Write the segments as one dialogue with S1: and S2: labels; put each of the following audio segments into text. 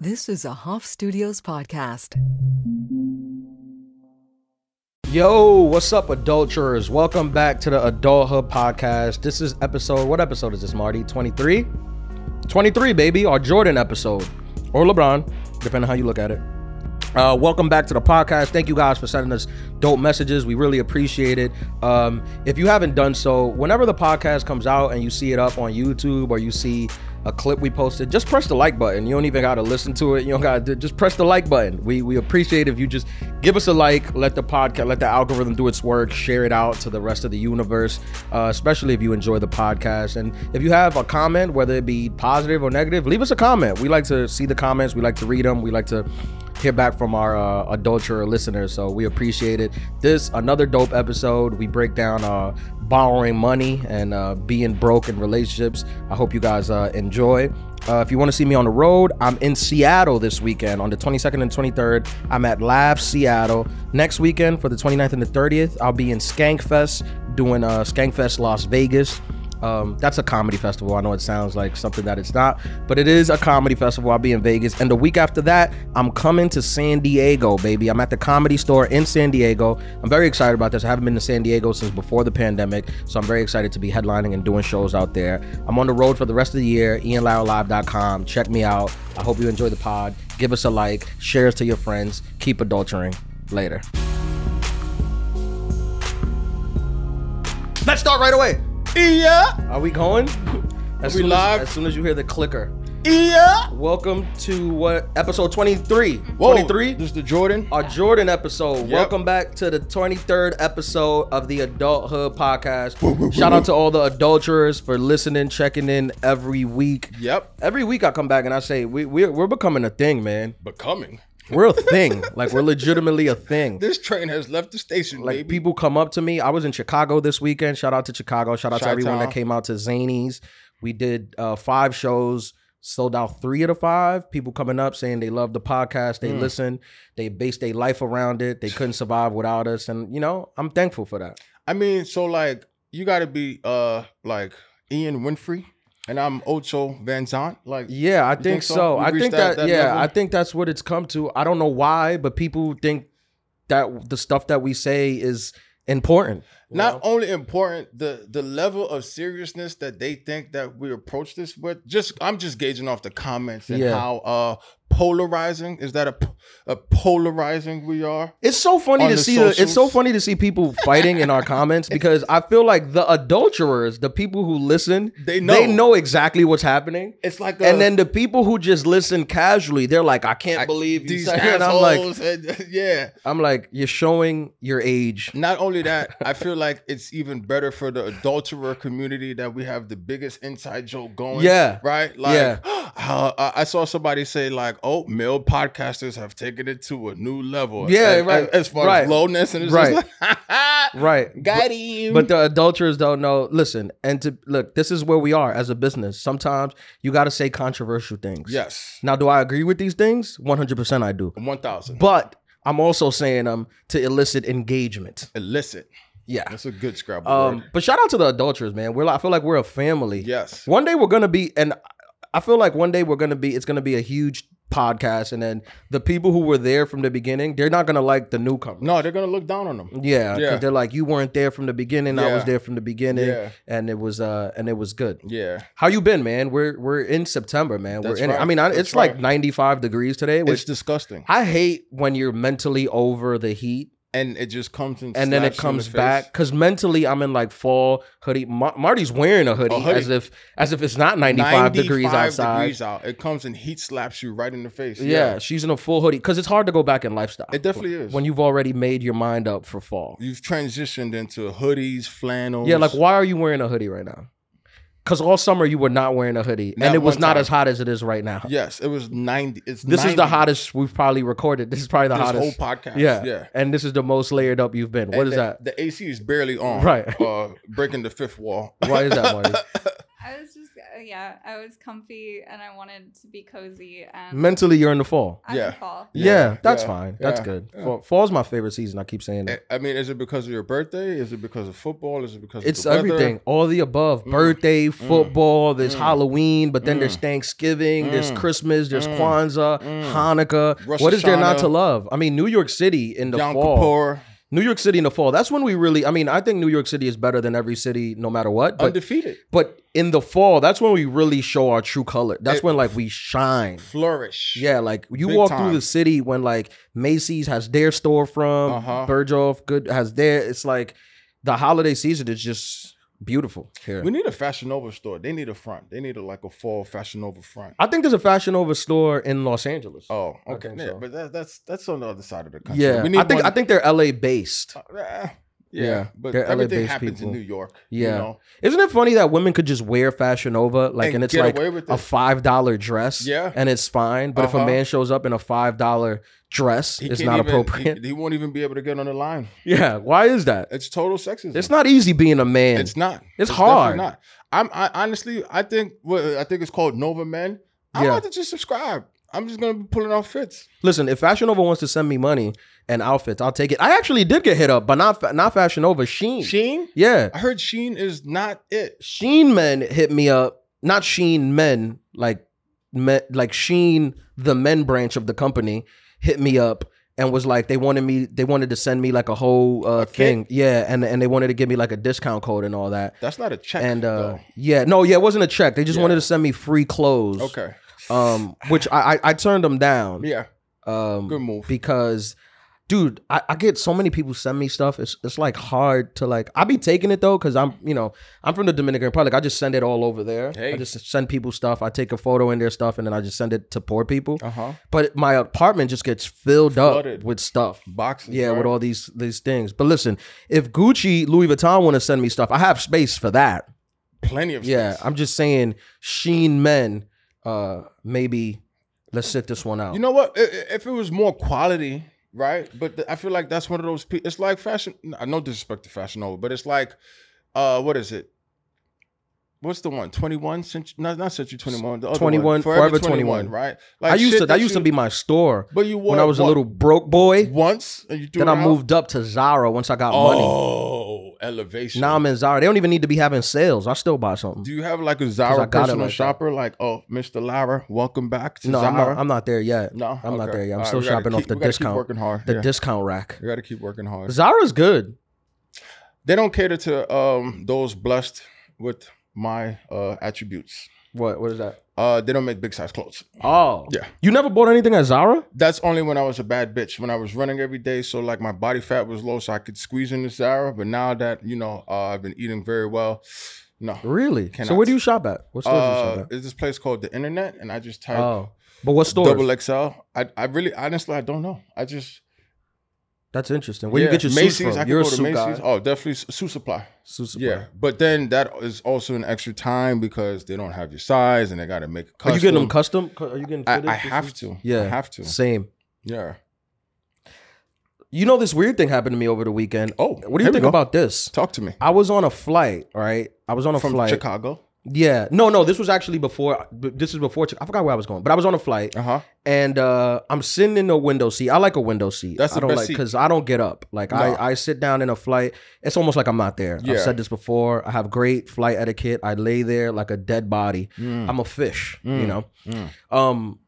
S1: This is a Hoff Studios podcast.
S2: Yo, what's up, adulterers? Welcome back to the Adult Hub podcast. This is episode, what episode is this, Marty? 23? 23, baby, or Jordan episode, or LeBron, depending on how you look at it. Uh, welcome back to the podcast. Thank you guys for sending us dope messages. We really appreciate it. Um, if you haven't done so, whenever the podcast comes out and you see it up on YouTube or you see a clip we posted, just press the like button. You don't even gotta listen to it. You don't gotta do- just press the like button. We we appreciate if you just give us a like, let the podcast, let the algorithm do its work, share it out to the rest of the universe. Uh, especially if you enjoy the podcast, and if you have a comment, whether it be positive or negative, leave us a comment. We like to see the comments. We like to read them. We like to hear back from our uh, adulterer listeners. So we appreciate it. This another dope episode. We break down uh, borrowing money and uh, being broke in relationships. I hope you guys uh, enjoy. Uh, if you want to see me on the road, I'm in Seattle this weekend on the 22nd and 23rd. I'm at Live Seattle. Next weekend for the 29th and the 30th, I'll be in Skankfest doing uh, Skankfest Las Vegas. Um, that's a comedy festival. I know it sounds like something that it's not, but it is a comedy festival. I'll be in Vegas. And the week after that, I'm coming to San Diego, baby. I'm at the comedy store in San Diego. I'm very excited about this. I haven't been to San Diego since before the pandemic. So I'm very excited to be headlining and doing shows out there. I'm on the road for the rest of the year. IanLyleLive.com. Check me out. I hope you enjoy the pod. Give us a like, share us to your friends. Keep adultering. Later. Let's start right away.
S3: Yeah,
S2: Are we going? As
S3: we
S2: soon
S3: live?
S2: As, as soon as you hear the clicker.
S3: yeah.
S2: Welcome to what episode 23.
S3: Whoa,
S2: 23?
S3: This is the Jordan.
S2: Our Jordan episode.
S3: Yep.
S2: Welcome back to the 23rd episode of the Adulthood Podcast. Shout out to all the adulterers for listening, checking in every week.
S3: Yep.
S2: Every week I come back and I say, we, we're, we're becoming a thing, man.
S3: Becoming.
S2: We're a thing. like, we're legitimately a thing.
S3: This train has left the station,
S2: Like
S3: baby.
S2: people come up to me. I was in Chicago this weekend. Shout out to Chicago. Shout out to
S3: Chi-town.
S2: everyone that came out to Zanies. We did uh, five shows, sold out three of the five. People coming up saying they love the podcast, they listen, they base their life around it. They couldn't survive without us, and you know I'm thankful for that.
S3: I mean, so like you got to be uh like Ian Winfrey, and I'm Ocho Van Zant. Like
S2: Yeah, I think,
S3: think
S2: so.
S3: so? We've
S2: I think
S3: reached
S2: that,
S3: that- that
S2: yeah,
S3: level?
S2: I think that's what it's come to. I don't know why, but people think that the stuff that we say is important. you
S3: not
S2: know?
S3: only important the the level of seriousness that they think that we approach this with just i'm just gauging off the comments and
S2: Yeah.
S3: how uh polarizing is that a, p- a polarizing we are
S2: It's so funny
S3: on
S2: to
S3: the
S2: see. The, it's so
S3: socials.
S2: funny to see people fighting in our comments because I feel like the adulterers, the people who listen,
S3: They know.
S2: they know exactly what's happening.
S3: it's like
S2: and then the people who just listen casually, they're like, "I can't believe you."
S3: these
S2: said-" And I'm like,
S3: assholes and- yeah
S2: I'm like, you're showing your age.
S3: Not only that, I feel like it's even better for the adulterer community that we have the biggest inside joke going.
S2: Yeah.
S3: Right? Like,
S2: Yeah.
S3: uh, I- I saw somebody say, like, oh, male podcasters have taken it to a new level.
S2: Yeah,
S3: And-
S2: right,
S3: and As far
S2: right,
S3: as lowness, and it's
S2: right.
S3: just like,
S2: Right.
S3: got him.
S2: But the adulterers don't know. Listen, and to look, this is where we are as a business. Sometimes you got to say controversial things.
S3: yes,
S2: Now, do I agree with these things? 100% I do.
S3: 1,000.
S2: But I'm also saying them to elicit engagement.
S3: Illicit.
S2: Yeah.
S3: That's a good Scrabble
S2: Um,
S3: word.
S2: but shout out to the adulterers, man. We're like, I feel like we're a family.
S3: Yes.
S2: One day we're gonna be, and I feel like one day we're gonna be. It's gonna be a huge podcast, and then the people who were there from the beginning, they're not gonna like the newcomer.
S3: No, they're going to look down on them.
S2: Yeah, 'cause
S3: Yeah.
S2: they're like, you weren't there from the beginning. I was
S3: Yeah.
S2: there from the beginning,
S3: Yeah.
S2: and it was uh, and it was good.
S3: Yeah.
S2: How you been, man? We're we're in September, man.
S3: That's
S2: we're in. it. I
S3: right.
S2: mean, I,
S3: That's
S2: it's like
S3: right.
S2: 95 degrees today,
S3: It's
S2: which
S3: disgusting.
S2: I hate when you're mentally over the heat
S3: And it just comes and
S2: and then it
S3: slaps you in
S2: comes
S3: the face.
S2: back because mentally I'm in like fall hoodie. Mar- Marty's wearing a hoodie,
S3: A hoodie.
S2: as if as if it's not 95, degrees
S3: 95
S2: outside.
S3: degrees out. It comes and heat slaps you right in the face.
S2: yeah. she's in a full hoodie because it's hard to go back in lifestyle.
S3: It definitely is.
S2: when you've already made your mind up for fall.
S3: You've transitioned into hoodies, flannels.
S2: Yeah, like why are you wearing a hoodie right now? Because all summer you were not wearing a hoodie,
S3: Not
S2: and it was
S3: one
S2: not
S3: time.
S2: as hot as it is right now.
S3: Yes, it was ninety. It's
S2: This is the
S3: 90,
S2: hottest we've probably recorded. This is probably the
S3: This
S2: hottest
S3: whole podcast.
S2: Yeah,
S3: yeah.
S2: and this is the most layered up you've been. What is
S3: And
S2: that?
S3: The, the AC is barely on.
S2: Right.
S3: Uh, breaking the fifth wall.
S2: Why is that, Marty?
S4: I was just uh, yeah, I was comfy and I wanted to be cozy and
S2: Mentally, you're in the fall.
S4: I yeah.
S3: Yeah.
S4: fall.
S2: Yeah, that's
S3: yeah,
S2: fine. That's
S3: yeah,
S2: good.
S3: yeah.
S2: Fall, fall's my favorite season. I keep saying that.
S3: I- I mean, is it because of your birthday? Is it because of football? Is it because
S2: It's
S3: of the weather?
S2: everything, all the above. Birthday, football. There's
S3: Mm.
S2: Halloween, but then there's
S3: Mm.
S2: Thanksgiving. There's
S3: Mm.
S2: Christmas. There's
S3: Mm.
S2: Kwanzaa,
S3: Mm.
S2: Hanukkah.
S3: Rosh
S2: what is there not
S3: Hashanah.
S2: to love? I mean, New York City in the
S3: Yom
S2: fall.
S3: Kippur,
S2: New York City in the fall. That's when we really. I mean, I think New York City is better than every city, no matter what. But
S3: undefeated,
S2: but in the fall, that's when we really show our true color. That's
S3: It-
S2: when like we shine.
S3: flourish.
S2: Yeah, like you
S3: Big
S2: walk
S3: time.
S2: through the city when like Macy's has their storefront,
S3: Uh-huh.
S2: Bergdorf Good has their. It's like the holiday season is just beautiful here.
S3: We need a Fashion Nova store. They need a front. They need a, like a fall Fashion Nova front.
S2: I think there's a Fashion Nova store in Los Angeles.
S3: Oh,
S2: I
S3: okay.
S2: think
S3: Yeah,
S2: so.
S3: but that, that's that's on the other side of the country.
S2: yeah,
S3: we need
S2: I think I
S3: one-
S2: think they're LA based.
S3: Uh, yeah,
S2: Yeah,
S3: but
S2: they're
S3: everything
S2: LA-based
S3: happens
S2: people.
S3: in New York.
S2: Yeah.
S3: you know?
S2: Isn't it funny that women could just wear Fashion Nova like and,
S3: And
S2: it's
S3: get
S2: like
S3: away with
S2: a
S3: it.
S2: five dollar dress?
S3: Yeah.
S2: and it's fine. But if a
S3: Uh-huh.
S2: man shows up in a five dollar dress, it's
S3: can't
S2: not
S3: even-
S2: appropriate.
S3: He, he won't even be able to get on the line.
S2: yeah, why is that?
S3: It's total sexism.
S2: It's not easy being a man.
S3: It's not.
S2: It's
S3: definitely
S2: hard.
S3: Not. I'm I, honestly, I think well, I think it's called Nova Men. I'm
S2: Yeah.
S3: about to just subscribe. I'm just gonna be pulling off fits.
S2: Listen, if Fashion Nova wants to send me money and outfits, I'll take it. I actually did get hit up, but not Fa- not Fashion Nova, Sheen.
S3: Sheen.
S2: Yeah,
S3: I heard Sheen is not it.
S2: Sheen men hit me up. Not Sheen men, like men, like Sheen, the men branch of the company, hit me up and was like they wanted me they wanted to send me like a whole uh,
S3: kit?
S2: thing yeah and and they wanted to give me like a discount code and all that
S3: That's not a check.
S2: and uh
S3: though.
S2: yeah no yeah it wasn't a check they just
S3: Yeah.
S2: wanted to send me free clothes
S3: okay,
S2: um which i i, I turned them down
S3: yeah,
S2: um
S3: good move.
S2: because dude I, I get so many people send me stuff it's, it's like hard to like i be taking it though because i'm you know i'm from the dominican republic i just send it all over there i
S3: Hey.
S2: just send people stuff i take a photo in their stuff and then i just send it to poor people
S3: Uh huh.
S2: but my apartment just gets filled
S3: Flooded.
S2: up with stuff
S3: Boxes.
S2: yeah,
S3: bro.
S2: with all these these things. But listen, if Gucci, Louis Vuitton want to send me stuff, I have space for that.
S3: plenty of
S2: Yeah,
S3: space.
S2: I'm just saying, Sheen men, uh, maybe let's sit this one out.
S3: You know what? I- I- If it was more quality, right? But th- I feel like that's one of those. Pe- it's like fashion. I no disrespect to Fashion Nova, but it's like, uh, what is it? What's the one? Twenty one century? Not not century twenty one. The other
S2: 21,
S3: one. Forever,
S2: Forever
S3: twenty
S2: 21.
S3: one. Right.
S2: I used
S3: shit
S2: to that used to
S3: you-
S2: be my store.
S3: But you wore
S2: when I was a
S3: one-
S2: little broke boy.
S3: once, and you threw
S2: Then
S3: it
S2: I
S3: out?
S2: moved up to Zara once I got money.
S3: Oh, elevation.
S2: Now I'm in Zara. They don't even need to be having sales. I still buy something.
S3: Do you have like a
S2: I got
S3: Zara
S2: it
S3: personal
S2: like that.
S3: shopper? Like, oh, Mr. Lara, welcome back to
S2: no,
S3: Zara.
S2: I'm not, I'm not there yet.
S3: no,
S2: I'm not
S3: Okay.
S2: there yet. I'm
S3: All right,
S2: still
S3: we gotta
S2: shopping
S3: keep-
S2: off the
S3: we gotta keep
S2: discount,
S3: working hard.
S2: the
S3: yeah.
S2: discount rack.
S3: We got to keep working hard.
S2: Zara's good.
S3: They don't cater to um those blessed with my uh attributes.
S2: What? What is that?
S3: Uh, they don't make big size clothes.
S2: Oh,
S3: Yeah.
S2: You never bought anything at Zara?
S3: That's only when I was a bad bitch. When I was running every day, so like my body fat was low, so I could squeeze in this hour. But now that you know, uh, I've been eating very well. No,
S2: Really? So
S3: Cannot.
S2: where do you shop at? What store do you
S3: uh,
S2: shop
S3: it's this place called the Internet, and I just
S2: at?
S3: type
S2: Oh, but what store?
S3: double XL. I I really honestly I don't know. I just
S2: That's interesting. Where
S3: yeah,
S2: you get your
S3: Macy's.
S2: suits
S3: I
S2: from?
S3: could
S2: You're a
S3: go to
S2: suit guy.
S3: Macy's. Oh, definitely Su- Suit Supply.
S2: Suit supply.
S3: Yeah, but then that is also an extra time because they don't have your size and they got to make. A
S2: Are
S3: custom.
S2: you getting them custom? Are you getting?
S3: I,
S2: fitted
S3: I
S2: for
S3: have
S2: suits?
S3: to.
S2: Yeah,
S3: I have to.
S2: Same.
S3: Yeah.
S2: You know this weird thing happened to me over the weekend.
S3: Oh,
S2: what do
S3: here
S2: you
S3: we
S2: think
S3: go.
S2: about this?
S3: Talk to me.
S2: I was on a flight, right? I was on a
S3: From
S2: flight.
S3: Chicago.
S2: Yeah. No, no, this was actually before b- this was before Chi- I forgot where I was going, but I was on a flight
S3: Uh huh.
S2: and uh I'm sitting in a window seat. I like a window seat.
S3: That's the
S2: I don't
S3: best
S2: like
S3: seat.
S2: cuz I don't get up. Like
S3: No.
S2: I I sit down in a flight. It's almost like I'm not there. I've
S3: Yeah.
S2: said this before. I have great flight etiquette. I lay there like a dead body.
S3: Mm.
S2: I'm a fish, you know. Um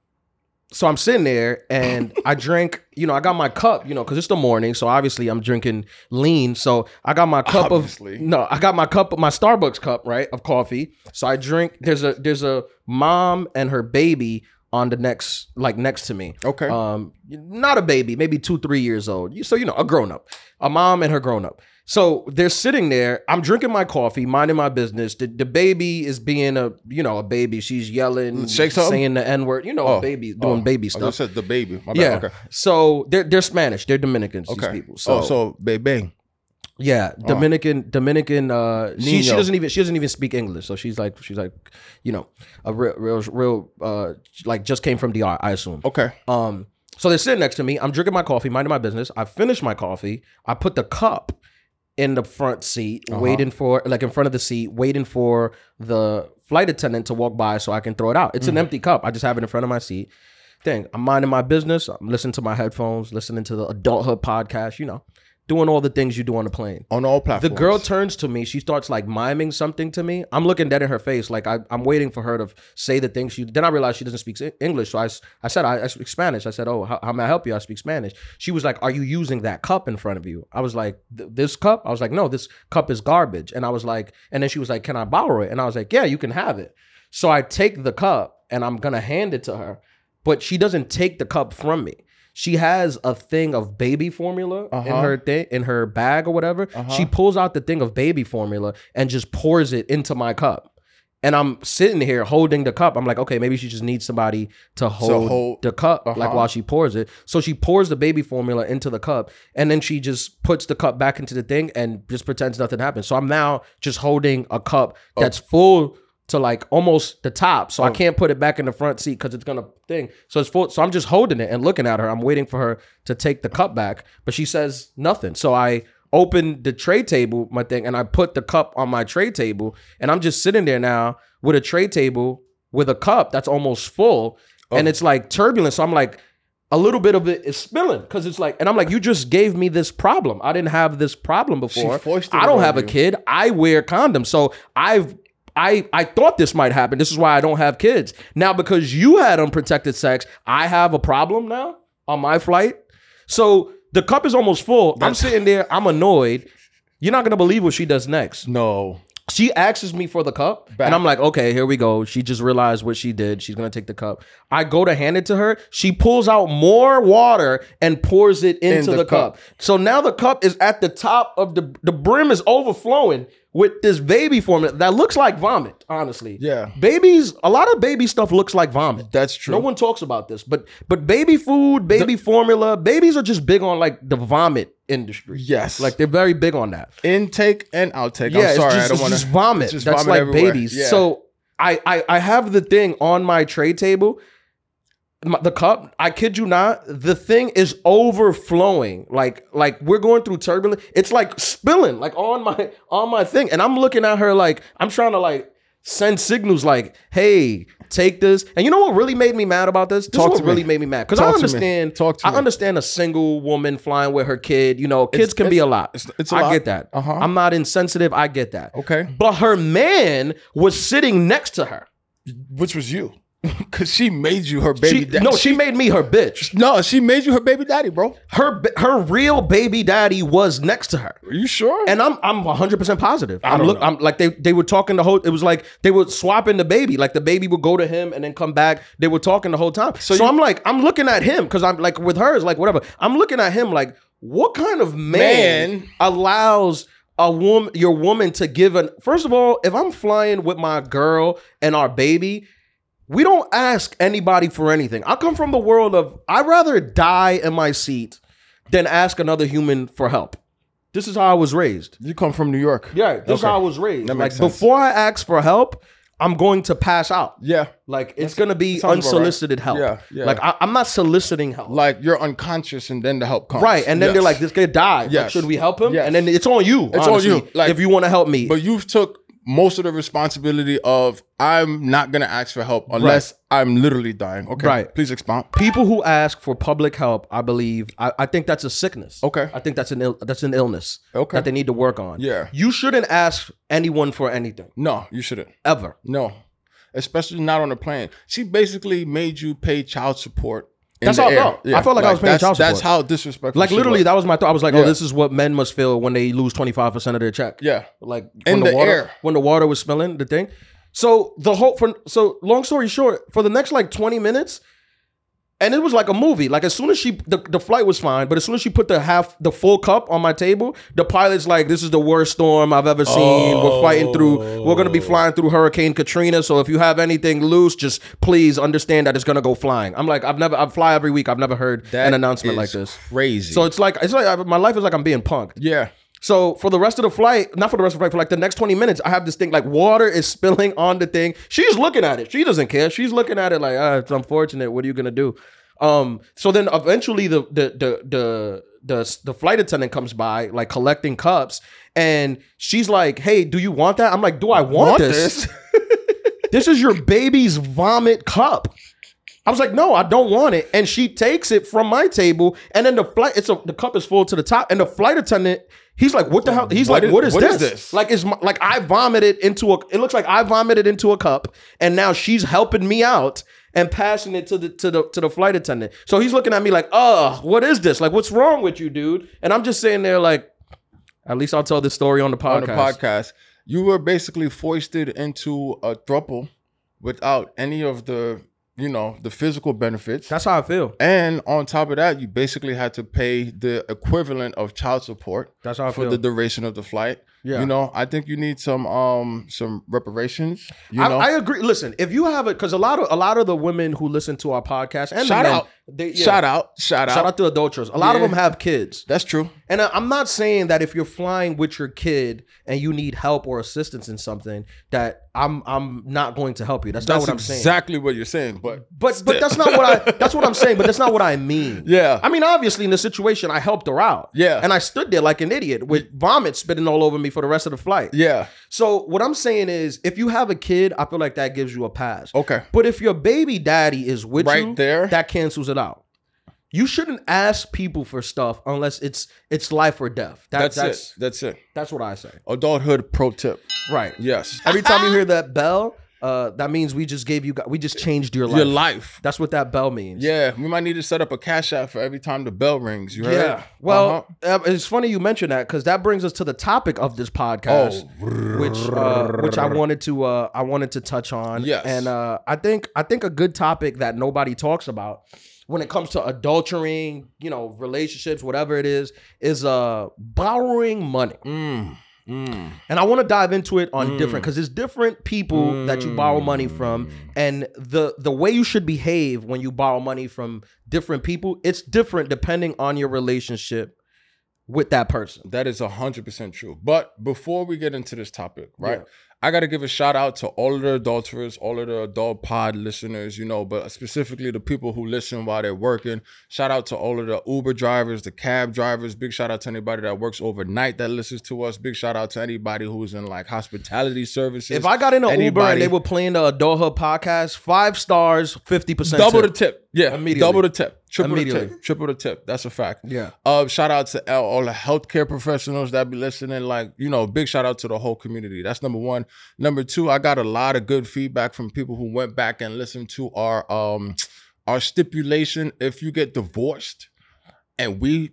S2: so I'm sitting there and I drank, you know, I got my cup, you know, because it's the morning. So obviously I'm drinking lean. So I got my cup
S3: Obviously.
S2: of no, I got my cup, my Starbucks cup, right, of coffee. So I drink. There's a there's a mom and her baby on the next like next to me.
S3: Okay.
S2: Um, not a baby, maybe two three years old. You- So you know, a grown up, a mom and her grown up. So they're sitting there. I'm drinking my coffee, minding my business. The, the baby is being a you know a baby. She's yelling,
S3: Shake something?
S2: saying the n word. You know, a
S3: Oh,
S2: baby doing
S3: oh,
S2: baby
S3: I just
S2: stuff.
S3: said the baby. My bad.
S2: Yeah.
S3: Okay.
S2: So they're they're Spanish. They're Dominicans. These
S3: Okay.
S2: people.
S3: oh, so baby.
S2: Yeah, Dominican, Dominican. Uh, she, she
S3: Nino.
S2: doesn't even she doesn't even speak English, so she's like she's like, you know, a real real real uh like just came from DR, I assume.
S3: Okay.
S2: Um, so they're sitting next to me. I'm drinking my coffee, minding my business. I finish my coffee. I put the cup in the front seat,
S3: Uh-huh.
S2: waiting for like in front of the seat, waiting for the flight attendant to walk by so I can throw it out. It's an empty cup. I just have it in front of my seat. Thing. I'm minding my business. I'm listening to my headphones, listening to the adulthood podcast, you know, doing all the things you do on the plane.
S3: on all
S2: The
S3: platforms.
S2: girl turns to me. She starts like miming something to me. I'm looking dead in her face. Like I, I'm waiting for her to say the thing she. Then I realized she doesn't speak Eng- English. So I, s- I said I, I speak Spanish. I said, oh, how, how may I help you? I speak Spanish. She was like, are you using that cup in front of you? I was like, "Th- this cup. I was like, no, this cup is garbage. And I was like, and then she was like, can I borrow it? And I was like, yeah, you can have it. So I take the cup and I'm gonna hand it to her, but she doesn't take the cup from me. She has a thing of baby formula in
S3: Uh-huh.
S2: her thing in her bag or whatever. She pulls out the thing of baby formula and just pours it into my cup. And I'm sitting here holding the cup. I'm like, okay, maybe she just needs somebody to hold,
S3: hold-
S2: the cup like
S3: Uh-huh.
S2: while she pours it. So she pours the baby formula into the cup and then she just puts the cup back into the thing and just pretends nothing happened. So I'm now just holding a cup that's full to like almost the top. So I can't put it back in the front seat because it's gonna thing. So it's full. So I'm just holding it and looking at her. I'm waiting for her to take the cup back, but she says nothing. So I open the tray table, my thing, and I put the cup on my tray table, and I'm just sitting there now with a tray table with a cup that's almost full, and it's like turbulent. So I'm like. A little bit of it is spilling because it's like, and I'm like, you just gave me this problem. I didn't have this problem before.
S3: foisted
S2: I
S3: it
S2: don't
S3: on
S2: have a
S3: you.
S2: kid kid. I wear condoms. So I've I I thought this might happen. This is why I don't have kids. Now because you had unprotected sex, I have a problem now on my flight. So the cup is almost full. I'm sitting there, I'm annoyed. You're not gonna believe what she does next.
S3: No.
S2: She asks me for the cup,
S3: Back.
S2: and I'm like, okay, here we go. She just realized what she did. She's gonna take the cup. I go to hand it to her. She pulls out more water and pours it into
S3: the
S2: the, cup. So now the cup is at the top of the the brim is overflowing with this baby formula that looks like vomit. Honestly,
S3: Yeah.
S2: babies. A lot of baby stuff looks like vomit.
S3: That's true.
S2: No one talks about this, but but baby food, baby formula, babies are just big on like the vomit industry.
S3: Yes.
S2: like they're very big on that
S3: Intake and outtake.
S2: yeah, it's
S3: I'm sorry.
S2: just,
S3: I don't
S2: it's
S3: want
S2: just vomit.
S3: just
S2: That's
S3: vomit
S2: like
S3: everywhere.
S2: babies.
S3: Yeah.
S2: So I, I I have the thing on my tray table. My- the cup, I kid you not, the thing is overflowing. Like like we're going through turbulence. It's like spilling like on my on my thing and I'm looking at her like I'm trying to like send signals like, "Hey, take this." And you know what really made me mad about this? This is
S3: Talk
S2: what
S3: to me.
S2: really made me mad cuz
S3: Talk
S2: I
S3: to me.
S2: understand
S3: Talk to
S2: I
S3: me.
S2: understand a single woman flying with her kid, you know, kids can be a lot.
S3: it's- it's a
S2: I
S3: lot.
S2: get that.
S3: Uh-huh.
S2: I'm not insensitive, I get that.
S3: Okay.
S2: But her man was sitting next to her.
S3: Which was you. Because she made you her
S2: She-
S3: baby daddy.
S2: no, she made me her bitch.
S3: No, she made you her baby daddy, bro.
S2: Her ba- her real baby daddy was next to her.
S3: Are you sure?
S2: And I'm I'm 100% positive. I'm
S3: don't
S2: look
S3: know.
S2: I'm like they they were talking the whole it was like they were swapping the baby. Like the baby would go to him and then come back. They were talking the whole time. So,
S3: you-
S2: I'm like I'm looking at him cuz I'm like with her it's like whatever. I'm looking at him like what kind of man,
S3: Man.
S2: allows a woman your woman to give an First of all, if I'm flying with my girl and our baby, we don't ask anybody for anything. I come from the world of I'd rather die in my seat than ask another human for help. This is how I was raised.
S3: you come from New York.
S2: Yeah, this is
S3: Okay.
S2: how I was raised.
S3: That
S2: like
S3: makes sense.
S2: before I ask for help, I'm going to pass out.
S3: Yeah.
S2: Like it's gonna be
S3: sounds about right.
S2: unsolicited help.
S3: Yeah, yeah.
S2: Like I, I'm not soliciting help.
S3: Like you're unconscious and then the help comes.
S2: right, and then they're
S3: Yes.
S2: like, "This guy died. Like,
S3: Yes.
S2: should we help him?"
S3: Yes.
S2: And then it's on you.
S3: It's on you.
S2: honestly,
S3: Like-
S2: if you want to help me,
S3: But you've took most of the responsibility of I'm not gonna ask for help unless I'm literally dying. Okay.
S2: Right.
S3: Please expound.
S2: people who ask for public help, I believe, I, I think that's a sickness.
S3: Okay.
S2: I think that's an Ill, that's an illness.
S3: Okay.
S2: that they need to work on.
S3: Yeah.
S2: you shouldn't ask anyone for anything
S3: No, you shouldn't.
S2: ever.
S3: No. Especially not on a plane. She basically made you pay child support. in
S2: That's
S3: the
S2: how I
S3: air.
S2: felt. I felt like I was paying
S3: that's-
S2: child support.
S3: That's how disrespectful.
S2: Like
S3: she
S2: literally,
S3: was.
S2: that was my thought. I was like, "Oh,
S3: Yeah.
S2: this is what men must feel when they lose twenty five percent of their check."
S3: Yeah.
S2: like
S3: In
S2: when
S3: the
S2: water,
S3: air.
S2: when the water was smelling the thing. So the whole for so long story short, for the next like twenty minutes, and it was like a movie. Like as soon as she the, the flight was fine, but as soon as she put the half the full cup on my table, the pilot's like, "This is the worst storm I've ever seen. We're fighting through. We're gonna be flying through Hurricane Katrina. So if you have anything loose, just please understand that it's gonna go flying." I'm like, "I've never I fly every week. I've never heard an
S3: That
S2: announcement like
S3: is
S2: this."
S3: Crazy.
S2: So it's like it's like I- my life is like I'm being punked.
S3: yeah.
S2: So for the rest of the flight, not for the rest of the flight, for like the next 20 minutes, I have this thing like water is spilling on the thing. She's looking at it. She doesn't care. She's looking at it like, ah, it's unfortunate. What are you gonna do? Um, so then eventually the the the the the, the flight attendant comes by like collecting cups and she's like hey do you want that i'm like do i want, this? this is your baby's vomit cup i was like no i don't want it and she takes it from my table and then the flight it's a, the cup is full to the top and the flight attendant he's like what the hell he's
S3: What
S2: like
S3: is-
S2: what, is,
S3: what
S2: this?
S3: is this?
S2: like it's my, like i vomited into a it looks like i vomited into a cup and now she's helping me out and passing it to the to the to the flight attendant so he's looking at me like uh what is this like what's wrong with you dude and i'm just sitting there like at least i'll tell this story on the podcast
S3: on the podcast. You were basically foisted into a throuple without any of the, you know, the physical benefits.
S2: that's how i feel
S3: and on top of that, you basically had to pay the equivalent of child support
S2: that's how i
S3: for
S2: feel
S3: the duration of the flight.
S2: Yeah.
S3: You know, I think you need some um some reparations. You know,
S2: I, I agree. Listen, if you have it, because a lot of a lot of the women who listen to our podcast and the
S3: Shout
S2: men,
S3: out.
S2: they, yeah,
S3: shout out, shout out.
S2: shout out to adulterers. A lot of
S3: Yeah.
S2: them have kids.
S3: That's true.
S2: And I- I'm not saying that if you're flying with your kid and you need help or assistance in something, that I'm I'm not going to help you. That's, not
S3: That's
S2: what I'm saying. Mm-hmm.
S3: exactly what you're saying. But
S2: But but that's not what I that's what I'm saying. But that's not what I mean.
S3: yeah,
S2: I mean, obviously, in this situation, I helped her out.
S3: Yeah.
S2: And I stood there like an idiot with vomit spitting all over me for the rest of the flight.
S3: yeah,
S2: So, what I'm saying is, if you have a kid, I feel like that gives you a pass.
S3: okay.
S2: But if your baby daddy is with
S3: Right
S2: you,
S3: there.
S2: that cancels it out. You shouldn't ask people for stuff unless it's it's life or death. That,
S3: That's,
S2: that's that's,
S3: it. That's it.
S2: that's what I say.
S3: Adulthood pro tip.
S2: Right.
S3: Yes,
S2: Every time you hear that bell, uh, that means we just gave you we just changed your life.
S3: your life.
S2: That's what that bell means.
S3: Yeah, we might need to set up a cash app for every time the bell rings. You heard? Uh-huh.
S2: Yeah. Well, uh it's funny you mentioned that because that brings us to the topic of this
S3: Oh,
S2: podcast, which uh, which I wanted to uh, I wanted to touch on.
S3: Yes.
S2: And uh, I think I think a good topic that nobody talks about when it comes to adultering, you know, relationships, whatever it is, is uh borrowing money.
S3: Uh-huh. Mm, mm.
S2: And I want to dive into it on
S3: Mm.
S2: different because it's different people that you borrow money from, and the the way you should behave when you borrow money from different people, it's different depending on your relationship with that person.
S3: That is hundred percent true. But before we get into this topic, right?
S2: Yeah.
S3: I gotta give a shout out to all of the adulterers, all of the adult pod listeners, you know, but specifically the people who listen while they're working. Shout out to all of the Uber drivers, the cab drivers. Big shout out to anybody that works overnight that listens to us. Big shout out to anybody who's in like hospitality services.
S2: If I got in an Uber
S3: anybody-
S2: and they were playing the Adult Hub podcast, five stars, fifty percent.
S3: double the tip. Yeah,
S2: Immediately.
S3: double the tip, triple the
S2: Immediately.
S3: tip, triple the tip. That's a fact.
S2: Yeah.
S3: Uh, shout out to all all the healthcare professionals that be listening. Like, you know, big shout out to the whole community. That's number one. Number two, I got a lot of good feedback from people who went back and listened to our um our stipulation. If you get divorced, and we,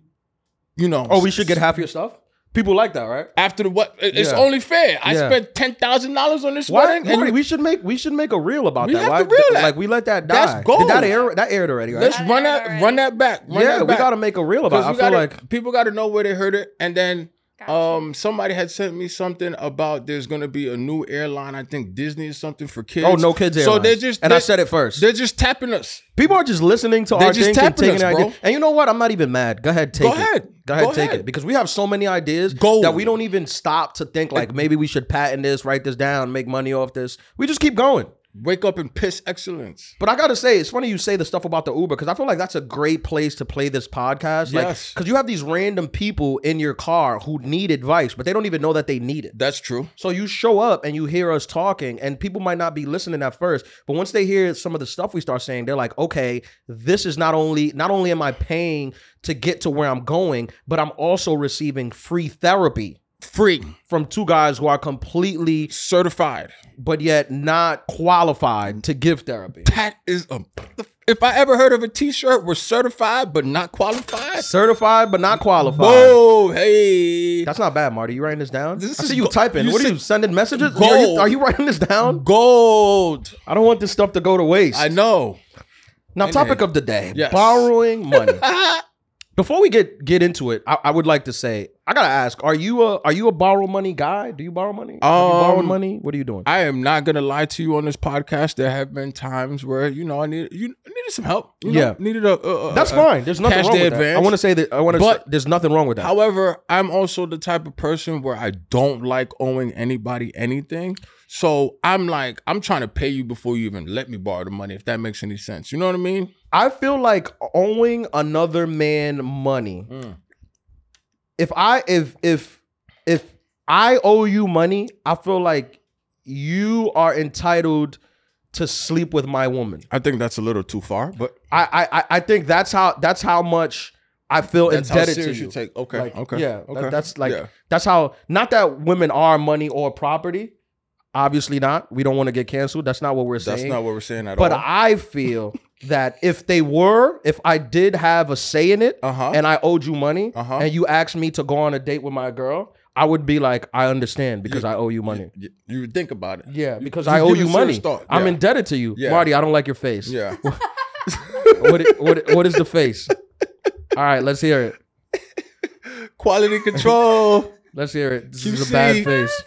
S3: you know,
S2: Oh, we should get half your stuff. People like that, right?
S3: after the what? it- It's
S2: Yeah.
S3: only fair. I
S2: Yeah.
S3: spent ten thousand dollars on this
S2: Why?
S3: wedding. and
S2: Marty,
S3: you-
S2: we should make we should make a reel about
S3: We
S2: that.
S3: have
S2: Why-
S3: to reel that.
S2: Like we let that die.
S3: That's
S2: Did that
S3: gold.
S2: air that aired already? Right?
S3: let's
S4: Right.
S3: run that, run that back. Run
S2: yeah,
S3: that
S2: we
S3: back.
S2: gotta make a reel about. it. I
S3: Because
S2: feel
S3: we
S2: like
S3: gotta- people got to know where they heard it, and then
S4: Gotcha.
S3: um, somebody had sent me something about there's gonna be a new airline. I think Disney or something for kids.
S2: Oh, no kids
S3: So
S2: airlines.
S3: they're just
S2: and I
S3: they're-
S2: said it first.
S3: They're just tapping us.
S2: People are just listening to
S3: They're
S2: our
S3: just
S2: things and
S3: tapping
S2: taking
S3: us,
S2: ideas.
S3: bro.
S2: And you know what? I'm not even mad. Go ahead, take
S3: Go
S2: it.
S3: ahead.
S2: Go ahead,
S3: Go
S2: take
S3: ahead.
S2: it. Because we have so many ideas
S3: Gold.
S2: that we don't even stop to think like maybe we should patent this, write this down, make money off this. We just keep going.
S3: Wake up and piss excellence.
S2: But I gotta say, it's funny you say the stuff about the Uber because I feel like that's a great place to play this podcast. Like,
S3: Yes.
S2: because you have these random people in your car who need advice, but they don't even know that they need it.
S3: That's true.
S2: So you show up and you hear us talking, and people might not be listening at first, but once they hear some of the stuff we start saying, they're like, okay, this is not only not only am I paying to get to where I'm going, but I'm also receiving free therapy
S3: Free,
S2: from two guys who are completely
S3: certified.
S2: but yet not qualified to give therapy.
S3: That is a. If I ever heard of a T-shirt, we're certified but not qualified.
S2: Certified but not qualified.
S3: Whoa, hey,
S2: That's not bad, Marty. You writing this down?
S3: This
S2: I
S3: is
S2: see you
S3: go-
S2: typing.
S3: you
S2: what are
S3: see-
S2: you sending messages? Are you,
S3: Gold.
S2: are you writing this down?
S3: gold.
S2: I don't want this stuff to go to waste.
S3: I know.
S2: Now,
S3: Hey,
S2: topic
S3: man.
S2: of the day:
S3: Yes.
S2: borrowing money. Before we get get into it, I, I would like to say I gotta ask: Are you a are you a borrow money guy? Do you borrow money? Um, you borrowed
S3: Um,
S2: money? What are you doing?
S3: I am not gonna lie to you on this podcast. There have been times where you know I needed you needed some help. You know,
S2: Yeah.
S3: needed a, a, a-
S2: That's
S3: a-
S2: fine. There's nothing
S3: cash
S2: wrong
S3: day
S2: with that. I
S3: advance.
S2: want uh, to say that I want to.
S3: But-
S2: There's nothing wrong with that.
S3: However, I'm also the type of person where I don't like owing anybody anything. So I'm like, I'm trying to pay you before you even let me borrow the money, if that makes any sense. You know what I mean?
S2: I feel like owing another man money. If I if if if I owe you money, I feel like you are entitled to sleep with my woman.
S3: I think that's a little too far, but
S2: I I I- I think that's how that's how much I feel
S3: that's how
S2: indebted to
S3: serious
S2: you.
S3: you take. Okay,
S2: Like,
S3: okay,
S2: Yeah, that-
S3: okay.
S2: that's like
S3: Yeah.
S2: that's how. Not that women are money or property. Obviously not. We don't want to get canceled. That's not what we're
S3: that's
S2: saying.
S3: not what we're saying at
S2: but
S3: all.
S2: I feel that if they were, if I did have a say in it,
S3: Uh huh.
S2: and I owed you money,
S3: Uh-huh.
S2: and you asked me to go on a date with my girl, I would be like, I understand because I owe you money.
S3: You, you would think about it.
S2: Yeah, because
S3: you
S2: I owe
S3: give it
S2: you
S3: serious
S2: money.
S3: thought.
S2: I'm
S3: Yeah.
S2: indebted to you,
S3: Yeah.
S2: Marty. I don't like your face.
S3: Yeah.
S2: What, i- what? i- What is the face? All right, let's hear it.
S3: Quality control.
S2: Let's hear it. This is a
S3: QC.
S2: bad face.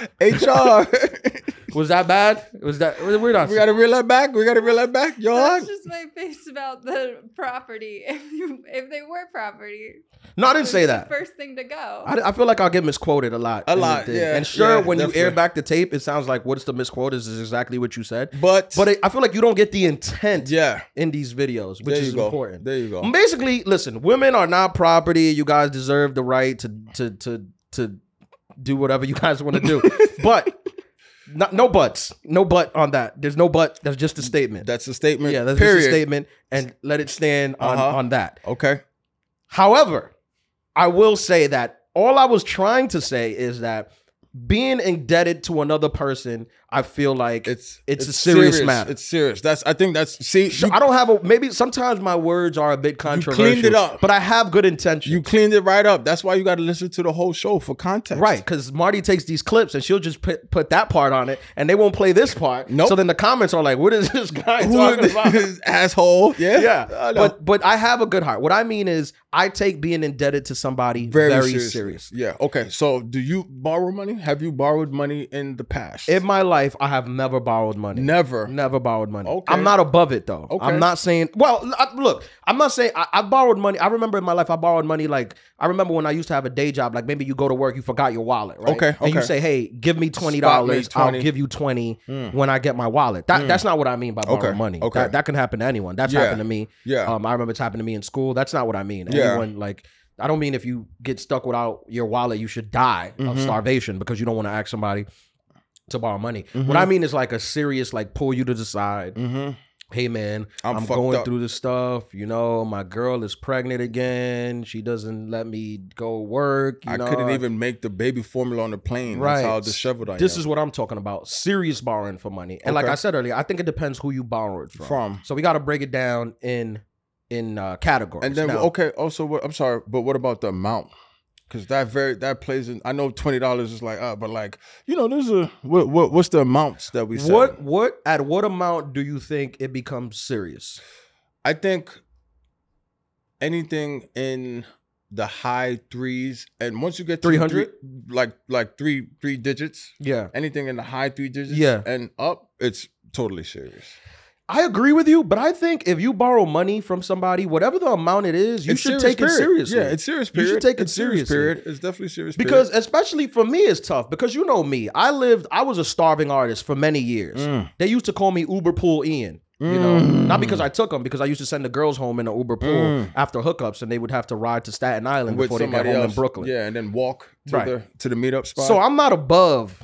S4: so harsh.
S3: HR.
S2: Was that bad? Was that we're not?
S3: we gotta reel that back. We gotta reel that back. Yo,
S4: That's just my face about the property. If you, if they were property,
S2: no, I didn't
S4: was
S2: say
S4: the
S2: that.
S4: First thing to go.
S2: I, I feel like I'll get misquoted a lot.
S3: A
S2: in the
S3: lot,
S2: thing.
S3: yeah,
S2: And sure,
S3: yeah,
S2: when you air
S3: definitely.
S2: back the tape, it sounds like what's the misquote is, is exactly what you said.
S3: but
S2: But it, I feel like you don't get the intent
S3: yeah,
S2: in these videos, which
S3: there
S2: is
S3: you go.
S2: important.
S3: There you go.
S2: Basically, listen, women are not property. You guys deserve the right to to to to do whatever you guys want to do. but not, no buts. No but on that. There's no but. That's just a statement.
S3: That's a statement.
S2: yeah, that's
S3: period.
S2: just a statement and let it stand on,
S3: Uh-huh.
S2: on that.
S3: Okay.
S2: However, I will say that all I was trying to say is that being indebted to another person, I feel like
S3: It's
S2: It's a serious matter.
S3: It's serious. That's I think that's see
S2: Sure,
S3: you,
S2: I don't have a maybe sometimes my words are a bit
S3: cleaned it
S2: controversial.
S3: up.
S2: But I have good intentions.
S3: you cleaned it right up. That's why you gotta listen to the whole show for context.
S2: right, because Marty takes these clips and she'll just put, put that part on it and they won't play this part.
S3: Nope.
S2: So then the comments are like, what is this guy
S3: Who
S2: talking
S3: is
S2: about?
S3: this asshole? Yeah.
S2: yeah.
S3: I know.
S2: But but I have a good heart. What I mean is I take being indebted to somebody very,
S3: seriously.
S2: serious.
S3: Yeah. Okay. So do you borrow money? Have you borrowed money in the past?
S2: In my life, I have never borrowed money.
S3: Never.
S2: Never borrowed money.
S3: Okay.
S2: I'm not above it though.
S3: Okay.
S2: I'm not saying. Well, I- look, I'm not saying I, I borrowed money. I remember in my life, I borrowed money. Like I remember when I used to have a day job. Like maybe you go to work, you forgot your wallet, right?
S3: Okay,
S2: And you
S3: okay.
S2: say, hey, give me twenty
S3: Spot me
S2: dollars. I'll
S3: 20.
S2: give you twenty when I get my wallet. That, That's not what I mean by borrowing
S3: Okay,
S2: money.
S3: okay.
S2: That, that can happen to anyone. That's
S3: Yeah,
S2: happened to me.
S3: yeah.
S2: Um, I remember it's happened to me in school. That's not what I mean.
S3: Yeah.
S2: Anyone like. I don't mean if you get stuck without your wallet, you should die of
S3: Mm-hmm.
S2: starvation because you don't want to ask somebody to borrow money.
S3: Mm-hmm.
S2: What I mean is like a serious, like pull you to the side.
S3: Mhm.
S2: Hey man,
S3: I'm
S2: I'm,
S3: fucked
S2: going
S3: up."
S2: through this stuff. You know, my girl is pregnant again. She doesn't let me go work. You
S3: I
S2: know,
S3: couldn't even make the baby formula on the plane. That's how disheveled I
S2: This
S3: am.
S2: is what I'm talking about. Serious borrowing for money. And like
S3: Okay.
S2: I said earlier, I think it depends who you borrowed from.
S3: From.
S2: So we got to break it down in in uh, categories.
S3: and then
S2: Now-
S3: okay. Also, what, I'm sorry, but what about the amount? Because that very that plays in. I know twenty dollars is like ah, but like you know, there's a what, what what's the amounts that we set?
S2: what what at what amount do you think it becomes serious?
S3: I think anything in the high threes, and once you get to the
S2: 300?
S3: three- like like three three digits,
S2: Yeah.
S3: anything in the high three digits,
S2: Yeah.
S3: and up, it's totally serious.
S2: I agree with you, but I think if you borrow money from somebody, whatever the amount it is, you
S3: It's
S2: should
S3: serious,
S2: take
S3: period.
S2: it seriously.
S3: Yeah, it's serious.
S2: You
S3: Period.
S2: should take it
S3: It's serious,
S2: seriously.
S3: Period. It's definitely serious. period.
S2: because especially for me it's tough because you know me. I lived I was a starving artist for many years.
S3: Mm.
S2: They used to call me Uber Pool Ian. You know, not because I took them, because I used to send the girls home in an Uber pool after hookups, and they would have to ride to Staten Island
S3: Mm. with
S2: before they got
S3: somebody
S2: home
S3: else
S2: in Brooklyn.
S3: Yeah, and then walk to
S2: Right.
S3: the to the meetup spot.
S2: So I'm not above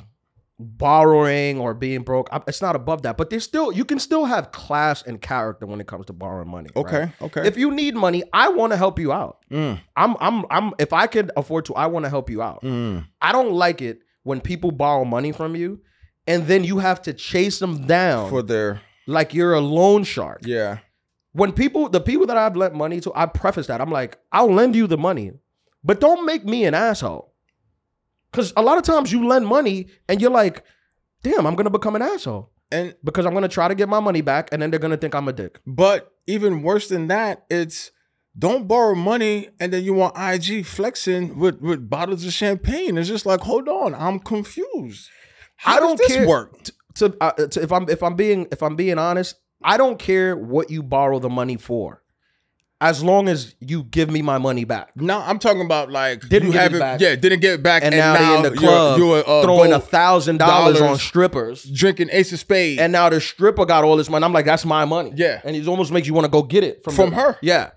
S2: borrowing or being broke. I- It's not above that, but there's still you can still have class and character when it comes to borrowing money. right?
S3: okay, okay.
S2: If you need money, I want to help you out.
S3: Mm.
S2: I'm I'm I'm if I can afford to, I want to help you out.
S3: Mm.
S2: I don't like it when people borrow money from you and then you have to chase them down
S3: for their
S2: like you're a loan shark.
S3: yeah,
S2: When people the people that I've lent money to, I preface that. I'm like, I'll lend you the money, but don't make me an asshole. Cuz a lot of times you lend money and you're like, "Damn, I'm going to become an asshole."
S3: and
S2: Because I'm gonna try to get my money back, and then they're gonna think I'm a dick.
S3: but even worse than that, it's don't borrow money and then you want IG flexing with with bottles of champagne. It's just like, hold on, I'm confused. How
S2: I don't
S3: does this
S2: care-
S3: work?
S2: to, uh, to if I'm if I'm being if I'm being honest, I don't care what you borrow the money for. as long as you give me my money back.
S3: No, I'm talking about like
S2: Didn't
S3: you
S2: give it
S3: haven't-
S2: back.
S3: Yeah, didn't get it back,
S2: And, now, they in the club
S3: you're, you're, uh,
S2: throwing a
S3: gold-
S2: thousand dollars on
S3: dollars.
S2: strippers.
S3: drinking Ace of Spades.
S2: And now the stripper got all this money. I'm like, that's my money.
S3: Yeah.
S2: And it almost makes you want to go get it from,
S3: From
S2: the-
S3: her.
S2: Yeah.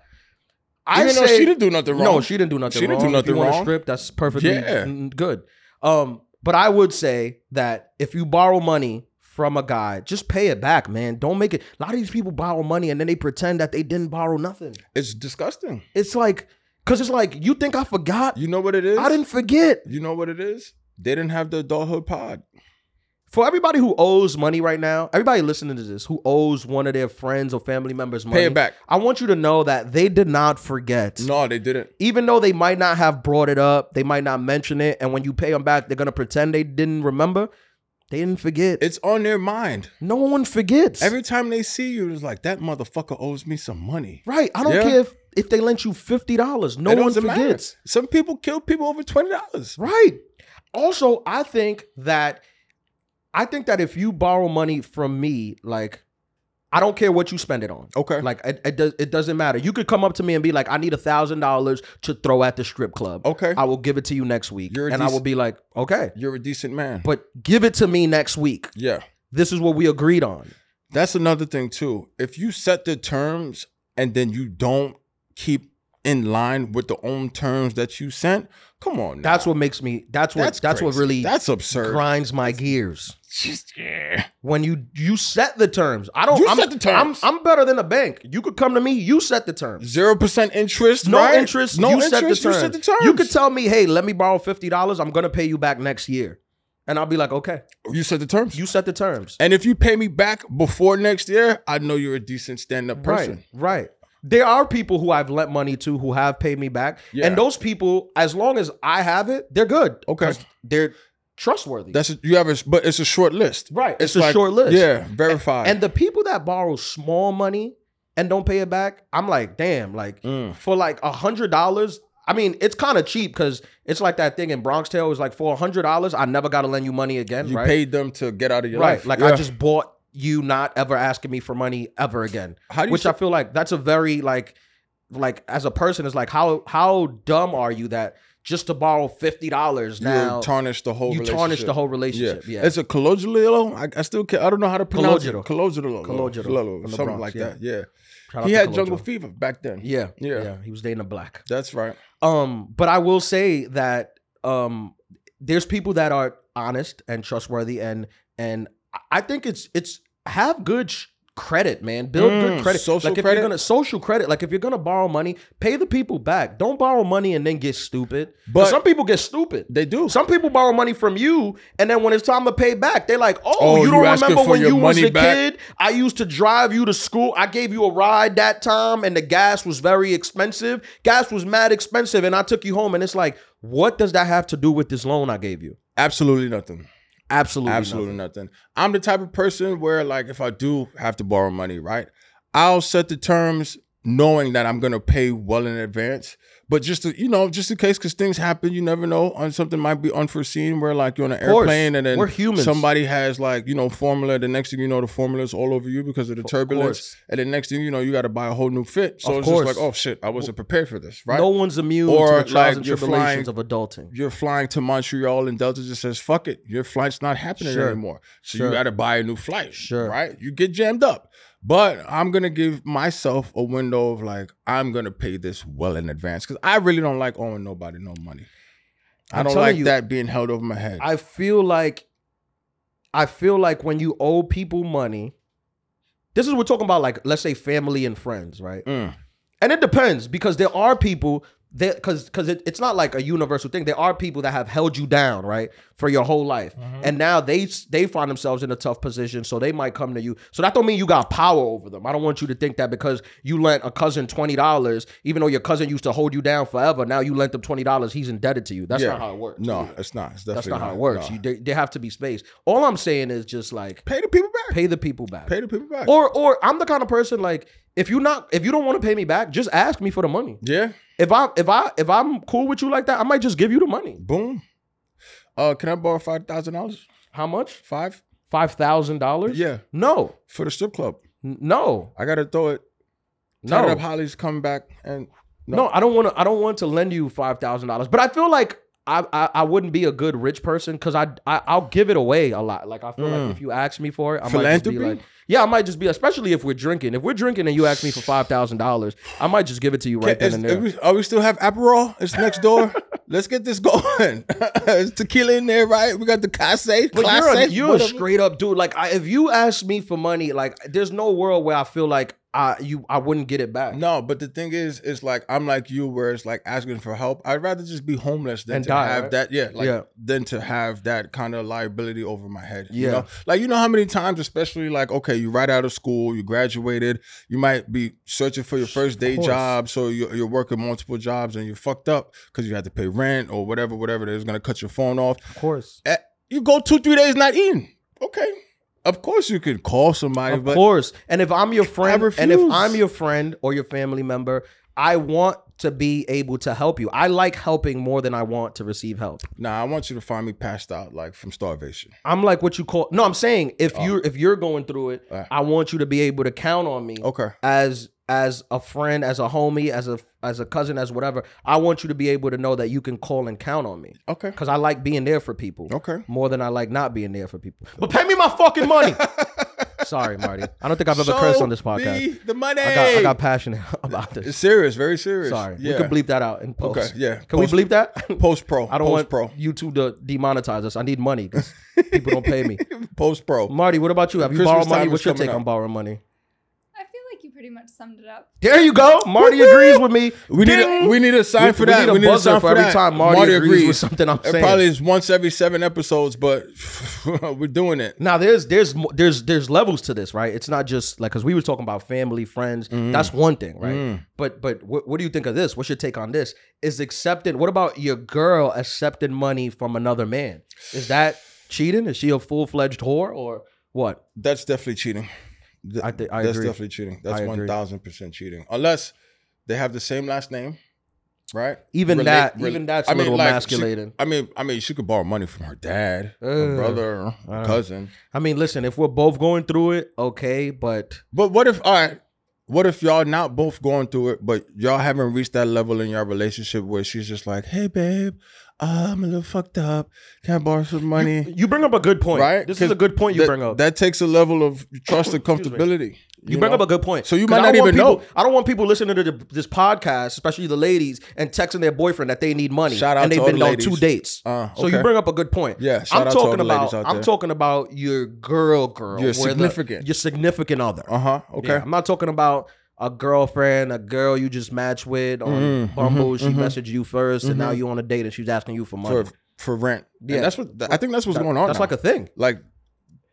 S2: I
S3: Even though she didn't do nothing
S2: No,
S3: wrong.
S2: she didn't do nothing
S3: She
S2: wrong.
S3: didn't do
S2: if you
S3: nothing
S2: want to
S3: wrong.
S2: strip, that's perfectly
S3: Yeah.
S2: mm, good. Um, but I would say that if you borrow money from a guy, just pay it back, man. Don't make it. A lot of these people borrow money and then they pretend that they didn't borrow nothing.
S3: it's disgusting.
S2: It's like, cause it's like you think I forgot.
S3: You know what it is?
S2: I didn't forget.
S3: You know what it is? They didn't have the adulthood pod.
S2: For everybody who owes money right now, everybody listening to this who owes one of their friends or family members money,
S3: Pay it back.
S2: I want you to know that they did not forget.
S3: No, they didn't.
S2: Even though they might not have brought it up, they might not mention it, and when you pay them back, they're gonna pretend they didn't remember. They didn't forget.
S3: It's on their mind.
S2: no one forgets.
S3: Every time they see you, it's like that motherfucker owes me some money.
S2: right? I don't
S3: Yeah.
S2: care if, if they lent you fifty dollars. No
S3: It
S2: one
S3: doesn't matter.
S2: forgets.
S3: Some people kill people over twenty dollars.
S2: Right. Also, I think that I think that if you borrow money from me, like I don't care what you spend it on.
S3: Okay.
S2: Like it, it does it doesn't matter. You could come up to me and be like, I need a thousand dollars to throw at the strip club.
S3: Okay.
S2: I will give it to you next week.
S3: You're a
S2: and I will
S3: dec-
S2: be like, okay.
S3: You're a decent man.
S2: But give it to me next week.
S3: yeah.
S2: This is what we agreed on.
S3: That's another thing too. If you set the terms and then you don't keep in line with the own terms that you sent, come on. now.
S2: That's what makes me that's what that's, what
S3: crazy.
S2: really
S3: that's absurd.
S2: grinds my gears.
S3: Just- yeah.
S2: When you you set the terms. I don't
S3: You
S2: I'm,
S3: set the terms.
S2: I'm I'm better than a bank. You could come to me, you set the terms.
S3: Zero percent interest.
S2: No
S3: right?
S2: interest.
S3: No
S2: you
S3: interest.
S2: Set the terms.
S3: You set the terms.
S2: You could tell me, hey, let me borrow fifty dollars. I'm gonna pay you back next year, and I'll be like, okay.
S3: You set the terms.
S2: You set the terms.
S3: and if you pay me back before next year, I know you're a decent stand-up person.
S2: Right. Right. There are people who I've lent money to who have paid me back,
S3: Yeah.
S2: and those people, as long as I have it, they're good.
S3: Okay.
S2: 'Cause They're trustworthy.
S3: That's a, you have a, but it's a short list.
S2: Right, it's a short list.
S3: Yeah, verified.
S2: and the people that borrow small money and don't pay it back, I'm like, damn, like
S3: Mm.
S2: for like a hundred dollars. I mean, it's kind of cheap because it's like that thing in Bronx Tale. It's like for a hundred dollars, I never got to lend you money again.
S3: you
S2: right?
S3: paid them to get out of your
S2: right
S3: life.
S2: like
S3: Yeah.
S2: i just bought you not ever asking me for money ever again
S3: How do you
S2: which
S3: say-
S2: i feel like that's a very like like as a person is like how how dumb are you that just to borrow $50
S3: you
S2: now
S3: tarnish the whole.
S2: you
S3: relationship.
S2: tarnish the whole relationship yeah,
S3: It's a collogial. I, I still can't. I don't know how to pronounce
S2: Collogial.
S3: it. Collogial.
S2: Collogial. From the
S3: Something
S2: Bronx,
S3: like
S2: yeah.
S3: that. Yeah.
S2: Shout out
S3: He
S2: to
S3: had
S2: Khalil
S3: jungle
S2: Joe.
S3: fever back then.
S2: yeah, yeah
S3: Yeah.
S2: yeah he was dating a black
S3: That's right.
S2: Um, but I will say that um, there's people that are honest and trustworthy, and and I think it's it's have good sh- credit, man. Build good
S3: Mm,
S2: credit.
S3: social
S2: like if
S3: credit?
S2: you're gonna social credit, like if you're gonna borrow money, pay the people back. Don't borrow money and then get stupid. But
S3: But-
S2: some people get stupid.
S3: They do.
S2: Some people borrow money from you, and then when it's time to pay back, they're like, "Oh,
S3: Oh,
S2: you
S3: you
S2: don't
S3: asking
S2: remember
S3: for
S2: when
S3: your
S2: you was
S3: money
S2: a
S3: back?"
S2: kid? I used to drive you to school. I gave you a ride that time, and the gas was very expensive. Gas was mad expensive, and I took you home. And it's like, what does that have to do with this loan I gave you?
S3: Absolutely nothing.
S2: Absolutely,
S3: Absolutely nothing. I'm the type of person where, like, if I do have to borrow money, right, I'll set the terms knowing that I'm gonna pay well in advance. But just to, you know, just in case, because things happen, you never know. On something might be unforeseen, where like you're on an
S2: course.
S3: airplane and then
S2: We're humans.
S3: somebody has like you know formula. The next thing you know, the formula's all over you because of the
S2: course.
S3: turbulence. And the next thing you know, you got to buy a whole new fit. So
S2: Of
S3: it's
S2: course.
S3: just like, oh shit, I wasn't prepared for this, right?
S2: No one's immune
S3: Or,
S2: to the trials
S3: like,
S2: and
S3: you're
S2: tribulations
S3: flying-
S2: of adulting.
S3: you're flying to Montreal and Delta just says, fuck it, your flight's not happening
S2: Sure.
S3: anymore. So
S2: Sure.
S3: you gotta buy a new flight.
S2: Sure.
S3: Right? You get jammed up. But I'm gonna give myself a window of like, I'm gonna pay this well in advance. Cause I really don't like owing nobody no money. I
S2: I'm
S3: don't
S2: telling
S3: like
S2: you,
S3: that being held over my head.
S2: I feel like I feel like when you owe people money, this is we're talking about like let's say family and friends, right?
S3: Mm.
S2: And it depends because there are people that because because it, it's not like a universal thing. There are people that have held you down, right, for your whole life, and now they s- they find themselves in a tough position, so they might come to you. So that don't mean you got power over them. I don't want you to think that because you lent a cousin twenty dollars, even though your cousin used to hold you down forever, now you lent them twenty dollars, he's indebted to you. That's
S3: Yeah.
S2: not how it works.
S3: No, it's not. It's
S2: That's
S3: definitely
S2: not how it works.
S3: no.
S2: You, they, they have to be spaced. All I'm saying is just like
S3: pay the people back. Pay,
S2: pay the people back.
S3: the people back.
S2: Or or I'm the kind of person like if you not if you don't want to pay me back, just ask me for the money.
S3: yeah.
S2: If I if I if I'm cool with you like that, I might just give you the money.
S3: Boom. Uh, can I borrow five thousand dollars?
S2: How much?
S3: Five?
S2: Five thousand dollars?
S3: Yeah.
S2: No,
S3: For the strip club.
S2: N- no.
S3: I gotta throw it.
S2: No.
S3: Tyler Holly's come back and
S2: No, I don't want to. I don't want to lend you five thousand dollars, but I feel like I, I I wouldn't be a good rich person because I, I I'll give it away a lot. Like I feel like if you ask me for it, I might just be
S3: Mm. Philanthropy?
S2: like, yeah, I might just be. Especially if we're drinking. If we're drinking and you ask me for five thousand dollars, I might just give it to you right then
S3: Is-
S2: and
S3: are
S2: there.
S3: we, are we still have Aperol? It's next door. Let's get this going. There's tequila in there, right? We got the Case.
S2: But
S3: Class
S2: you're a,
S3: A,
S2: you're a
S3: whatever.
S2: straight up dude. Like I, if you ask me for money, like there's no world where I feel like I you I wouldn't get it back.
S3: No, but the thing is, it's like I'm like you, where it's like asking for help. I'd rather just be homeless than
S2: And
S3: to
S2: die,
S3: have
S2: right?
S3: that. Yeah, like
S2: Yeah.
S3: than to have that kind of liability over my head.
S2: Yeah.
S3: you know? like you know how many times, especially like okay, you right out of school, you graduated, you might be searching for your first day
S2: course.
S3: job, so you're, you're working multiple jobs and you're fucked up because you had to pay rent or whatever, whatever. They're gonna cut your phone off.
S2: Of course,
S3: Eh, You go two, three days not eating. Okay, of course you could call somebody,
S2: of
S3: but
S2: course. And if I'm your friend, and if
S3: refuse.
S2: I'm your friend or your family member, I want to be able to help you. I like helping more than I want to receive help.
S3: nah, I want you to find me passed out like from starvation.
S2: I'm like what you call. No, I'm saying if
S3: Oh.
S2: you if you're going through it,
S3: Alright.
S2: I want you to be able to count on me.
S3: Okay.
S2: as as a friend, as a homie, as a as a cousin, as whatever, I want you to be able to know that you can call and count on me.
S3: Okay.
S2: Cause I like being there for people.
S3: Okay.
S2: More than I like not being there for people. But pay me my fucking money. Sorry, Marty. I don't think I've ever cursed on this podcast.
S3: me the money.
S2: I got I got passionate about
S3: It's
S2: this.
S3: serious, very serious.
S2: Sorry.
S3: Yeah.
S2: We can bleep that out in post.
S3: Okay, yeah.
S2: Can
S3: Post-
S2: we bleep that?
S3: Post pro.
S2: I don't
S3: post
S2: want
S3: pro.
S2: YouTube to demonetize us. I need money because people don't pay me.
S3: Post pro.
S2: Marty, what about you? Have you
S3: Christmas
S2: borrowed money?
S3: time is
S2: What's your
S3: coming
S2: take
S3: up.
S2: on borrowing money?
S4: I feel like you pretty much summed it up.
S2: There you go. Marty agrees with me.
S3: We need a,
S2: Ding.
S3: we need a sign for
S2: we
S3: that.
S2: need a
S3: we need a
S2: buzzer
S3: sign
S2: for
S3: for,
S2: every
S3: that.
S2: time Marty agrees with something I'm
S3: it
S2: saying.
S3: Probably is once every seven episodes, but we're doing it.
S2: Now there's there's mo- there's there's levels to this, right? It's not just like because we were talking about family, friends.
S3: Mm-hmm.
S2: That's one thing, right? But but what, what do you think of this? What's your take on this? Is accepting? What about your girl accepting money from another man? Is that cheating? Is she a full fledged whore or what?
S3: That's definitely cheating. Th-
S2: I thi- I
S3: That's
S2: agree.
S3: definitely cheating. That's
S2: I agree.
S3: one thousand percent cheating. Unless they have the same last name, right?
S2: Even
S3: Relate-
S2: that,
S3: rel-
S2: even that's a
S3: I mean,
S2: little
S3: like, she-
S2: emasculating.
S3: I mean, I mean, she could borrow money from her dad,
S2: Ugh.
S3: her brother, her cousin.
S2: I mean, listen, if we're both going through it, okay, but
S3: But what if all right? What if y'all not both going through it, but y'all haven't reached that level in your relationship where she's just like, "Hey, babe, uh, I'm a little fucked up. Can I borrow some money?"
S2: you bring up a good point.
S3: right?
S2: This is a
S3: 'Cause
S2: good point you
S3: that-
S2: bring up.
S3: That takes a level of trust and comfortability.
S2: You, bring
S3: know?
S2: up a good point.
S3: So you
S2: 'Cause
S3: might
S2: I don't
S3: not
S2: want
S3: even
S2: people-
S3: know.
S2: I don't want people listening to the, this podcast, especially the ladies, and texting their boyfriend that they need money.
S3: Shout out
S2: and
S3: to
S2: they've
S3: all
S2: been
S3: the
S2: on
S3: ladies.
S2: two dates.
S3: Uh,
S2: So you
S3: okay.
S2: bring up a good point.
S3: Yeah, shout
S2: I'm
S3: out to all
S2: talking
S3: the
S2: about.
S3: ladies out
S2: I'm
S3: there.
S2: talking about your girl, girl.
S3: Your
S2: where the-
S3: significant.
S2: your significant other.
S3: Uh huh. Okay.
S2: Yeah, I'm not talking about a girlfriend, a girl you just matched with on
S3: Mm-hmm,
S2: Bumble. she messaged you 1st and now you on a date, and she's asking you for money.
S3: For for rent. Yeah.
S2: Yeah.
S3: that's what I think. That's what's going on.
S2: That's
S3: now.
S2: like a thing.
S3: like.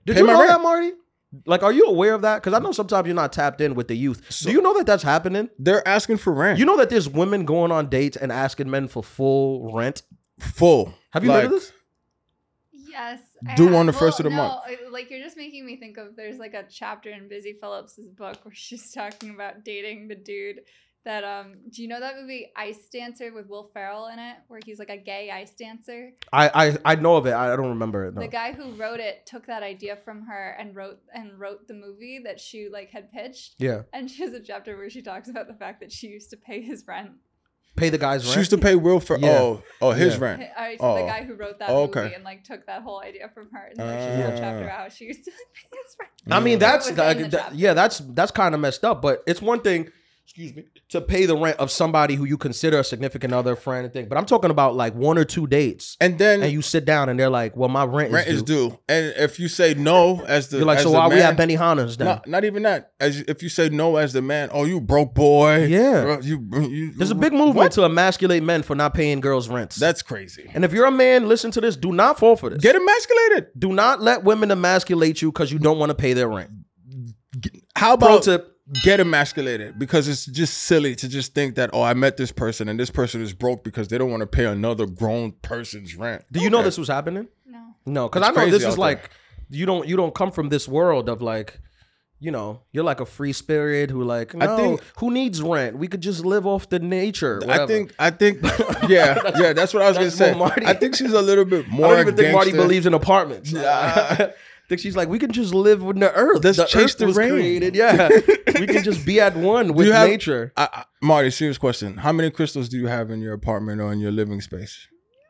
S2: Did
S3: Pay
S2: you
S3: my
S2: know
S3: rent.
S2: that, Marty? Like, are you aware of that? Because I know sometimes you're not tapped in with the youth. Do you know that that's happening?
S3: They're asking for rent.
S2: You know that there's women going on dates and asking men for full rent.
S3: full.
S2: Have you
S3: like,
S2: heard of this?
S4: Yes.
S3: Due on the first of the month.
S4: month. Like you're just making me think of there's like a chapter in Busy Phillips's book where she's talking about dating the dude that um do you know that movie Ice Dancer with Will Ferrell in it where he's like a gay ice dancer?
S2: I I, I know of it. I I don't remember it. No.
S4: The guy who wrote it took that idea from her and wrote and wrote the movie that she like had pitched.
S2: yeah,
S4: And she has a chapter where she talks about the fact that she used to pay his rent.
S2: pay the guy's rent.
S3: She used to pay Will for
S2: Yeah.
S3: oh oh his
S2: Yeah.
S3: rent.
S4: I, the
S3: Oh.
S4: guy who wrote that
S3: Oh, okay. Oh.
S4: movie and like took that whole idea from her. And like she has a whole chapter about how she used to like, pay his rent.
S2: I mean,
S4: Mm.
S2: that's
S4: It was in
S2: like,
S4: the
S2: that-
S4: chapter.
S2: yeah, that's that's kind of messed up. But it's one thing, excuse me, to pay the rent of somebody who you consider a significant other, friend, and thing. But I'm talking about like one or two dates,
S3: And then
S2: and you sit down and they're like, "Well, my rent,
S3: rent
S2: is,
S3: is
S2: due.
S3: due. And if you say no as the
S2: You're like,
S3: as
S2: "So
S3: the
S2: why we
S3: man-
S2: at Benihana's then?"
S3: Not, not even that. As if you say no as the man, oh you broke boy.
S2: Yeah.
S3: Bro, You, you
S2: There's a big movement to emasculate men for not paying girls' rents.
S3: That's crazy.
S2: and if you're a man, listen to this. Do not fall for this.
S3: Get emasculated.
S2: Do not let women emasculate you because you don't want to pay their rent.
S3: How
S2: Pro
S3: about
S2: tip.
S3: get emasculated? Because it's just silly to just think that oh I met this person and this person is broke because they don't want to pay another grown person's rent.
S2: Do you know this was happening?
S4: No.
S2: No, because
S3: It's
S2: I know
S3: crazy
S2: this
S3: out
S2: is
S3: there.
S2: like you don't you don't come from this world of like, you know, you're like a free spirit who like no,
S3: think-
S2: who needs rent? We could just live off the nature.
S3: I think I think yeah yeah that's what I was gonna
S2: That's more
S3: say.
S2: Marty.
S3: I think she's a little bit
S2: I
S3: more.
S2: don't even think Marty
S3: gangster.
S2: believes in apartments.
S3: Yeah.
S2: think she's like, we can just live with the earth.
S3: Let's
S2: the
S3: chase
S2: earth
S3: the
S2: was
S3: rain.
S2: created. Yeah, we can just be at one with
S3: you have-
S2: nature.
S3: I, I, Marty, serious question. How many crystals do you have in your apartment or in your living space?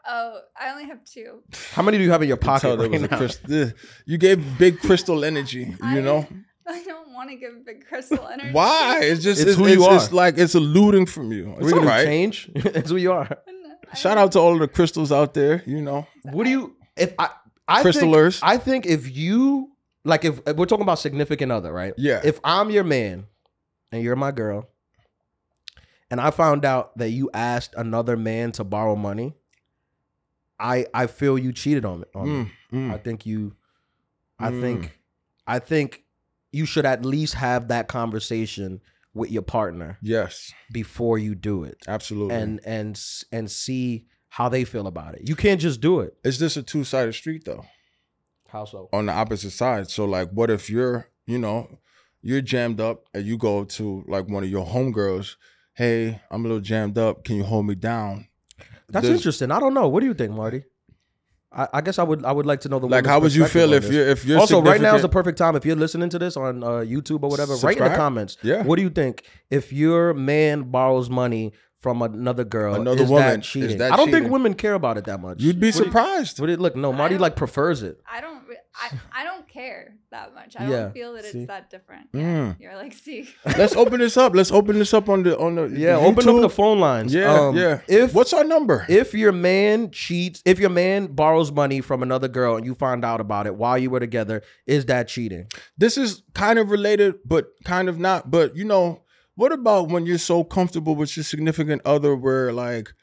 S4: Oh, I only have two.
S2: How many do you have in your
S3: I
S2: pocket
S3: thought that
S2: right
S3: was a
S2: now?
S3: crystal. You gave big crystal energy,
S4: I-
S3: you know?
S4: I don't want to give big crystal energy.
S3: Why? It's just,
S2: It's
S3: it's,
S2: who
S3: it's,
S2: you are.
S3: it's like, it's eluding from you.
S2: We're
S3: It's all
S2: gonna
S3: right.
S2: change. That's who you are.
S4: I-
S3: Shout out to all the crystals out there, you know?
S2: What do you? If I, I
S3: Crystallers.
S2: Think, I think if you like, if, if we're talking about significant other, right?
S3: Yeah.
S2: If I'm your man and you're my girl, and I found out that you asked another man to borrow money, I I feel you cheated on me. On me.
S3: Mm, mm.
S2: I think you I
S3: Mm.
S2: think I think you should at least have that conversation with your partner
S3: Yes,
S2: before you do it
S3: absolutely.
S2: and and s- and see how they feel about it. You can't just do it.
S3: is this a two sided street though?
S2: How so?
S3: On the opposite side. So like what if you're, you know, you're jammed up and you go to like one of your homegirls, hey, I'm a little jammed up. Can you hold me down?
S2: That's
S3: Does-
S2: interesting. I don't know. What do you think, Marty? I, I guess I would I would like to know the
S3: Like
S2: woman's
S3: how would you
S2: perspective
S3: feel
S2: on
S3: if
S2: this.
S3: you're if you're
S2: also right now is the
S3: significant-
S2: perfect time if you're listening to this on uh, YouTube or whatever. Write in the
S3: Subscribe.
S2: comments.
S3: Yeah.
S2: What do you think if your man borrows money from another girl?
S3: Another
S2: is
S3: woman,
S2: That
S3: is
S2: cheating?
S3: that
S2: I don't
S3: cheating?
S2: think women care about it that much.
S3: you'd be
S2: What do you-
S3: surprised.
S2: What do you- look? No, Marty
S4: don't-
S2: like prefers it.
S4: I don't. re- I, I don't care that much. I
S2: Yeah,
S4: don't feel that
S2: see?
S4: it's that different.
S3: Mm.
S4: You're like, see,
S3: Let's open this up. Let's open this up on the on the
S2: Yeah.
S3: the
S2: Open up
S3: YouTube.
S2: the phone lines.
S3: Yeah,
S2: Um,
S3: yeah.
S2: If
S3: What's our number?
S2: if your man cheats, if your man borrows money from another girl and you find out about it while you were together, is that cheating?
S3: this is kind of related, but kind of not. But you know, what about when you're so comfortable with your significant other where like,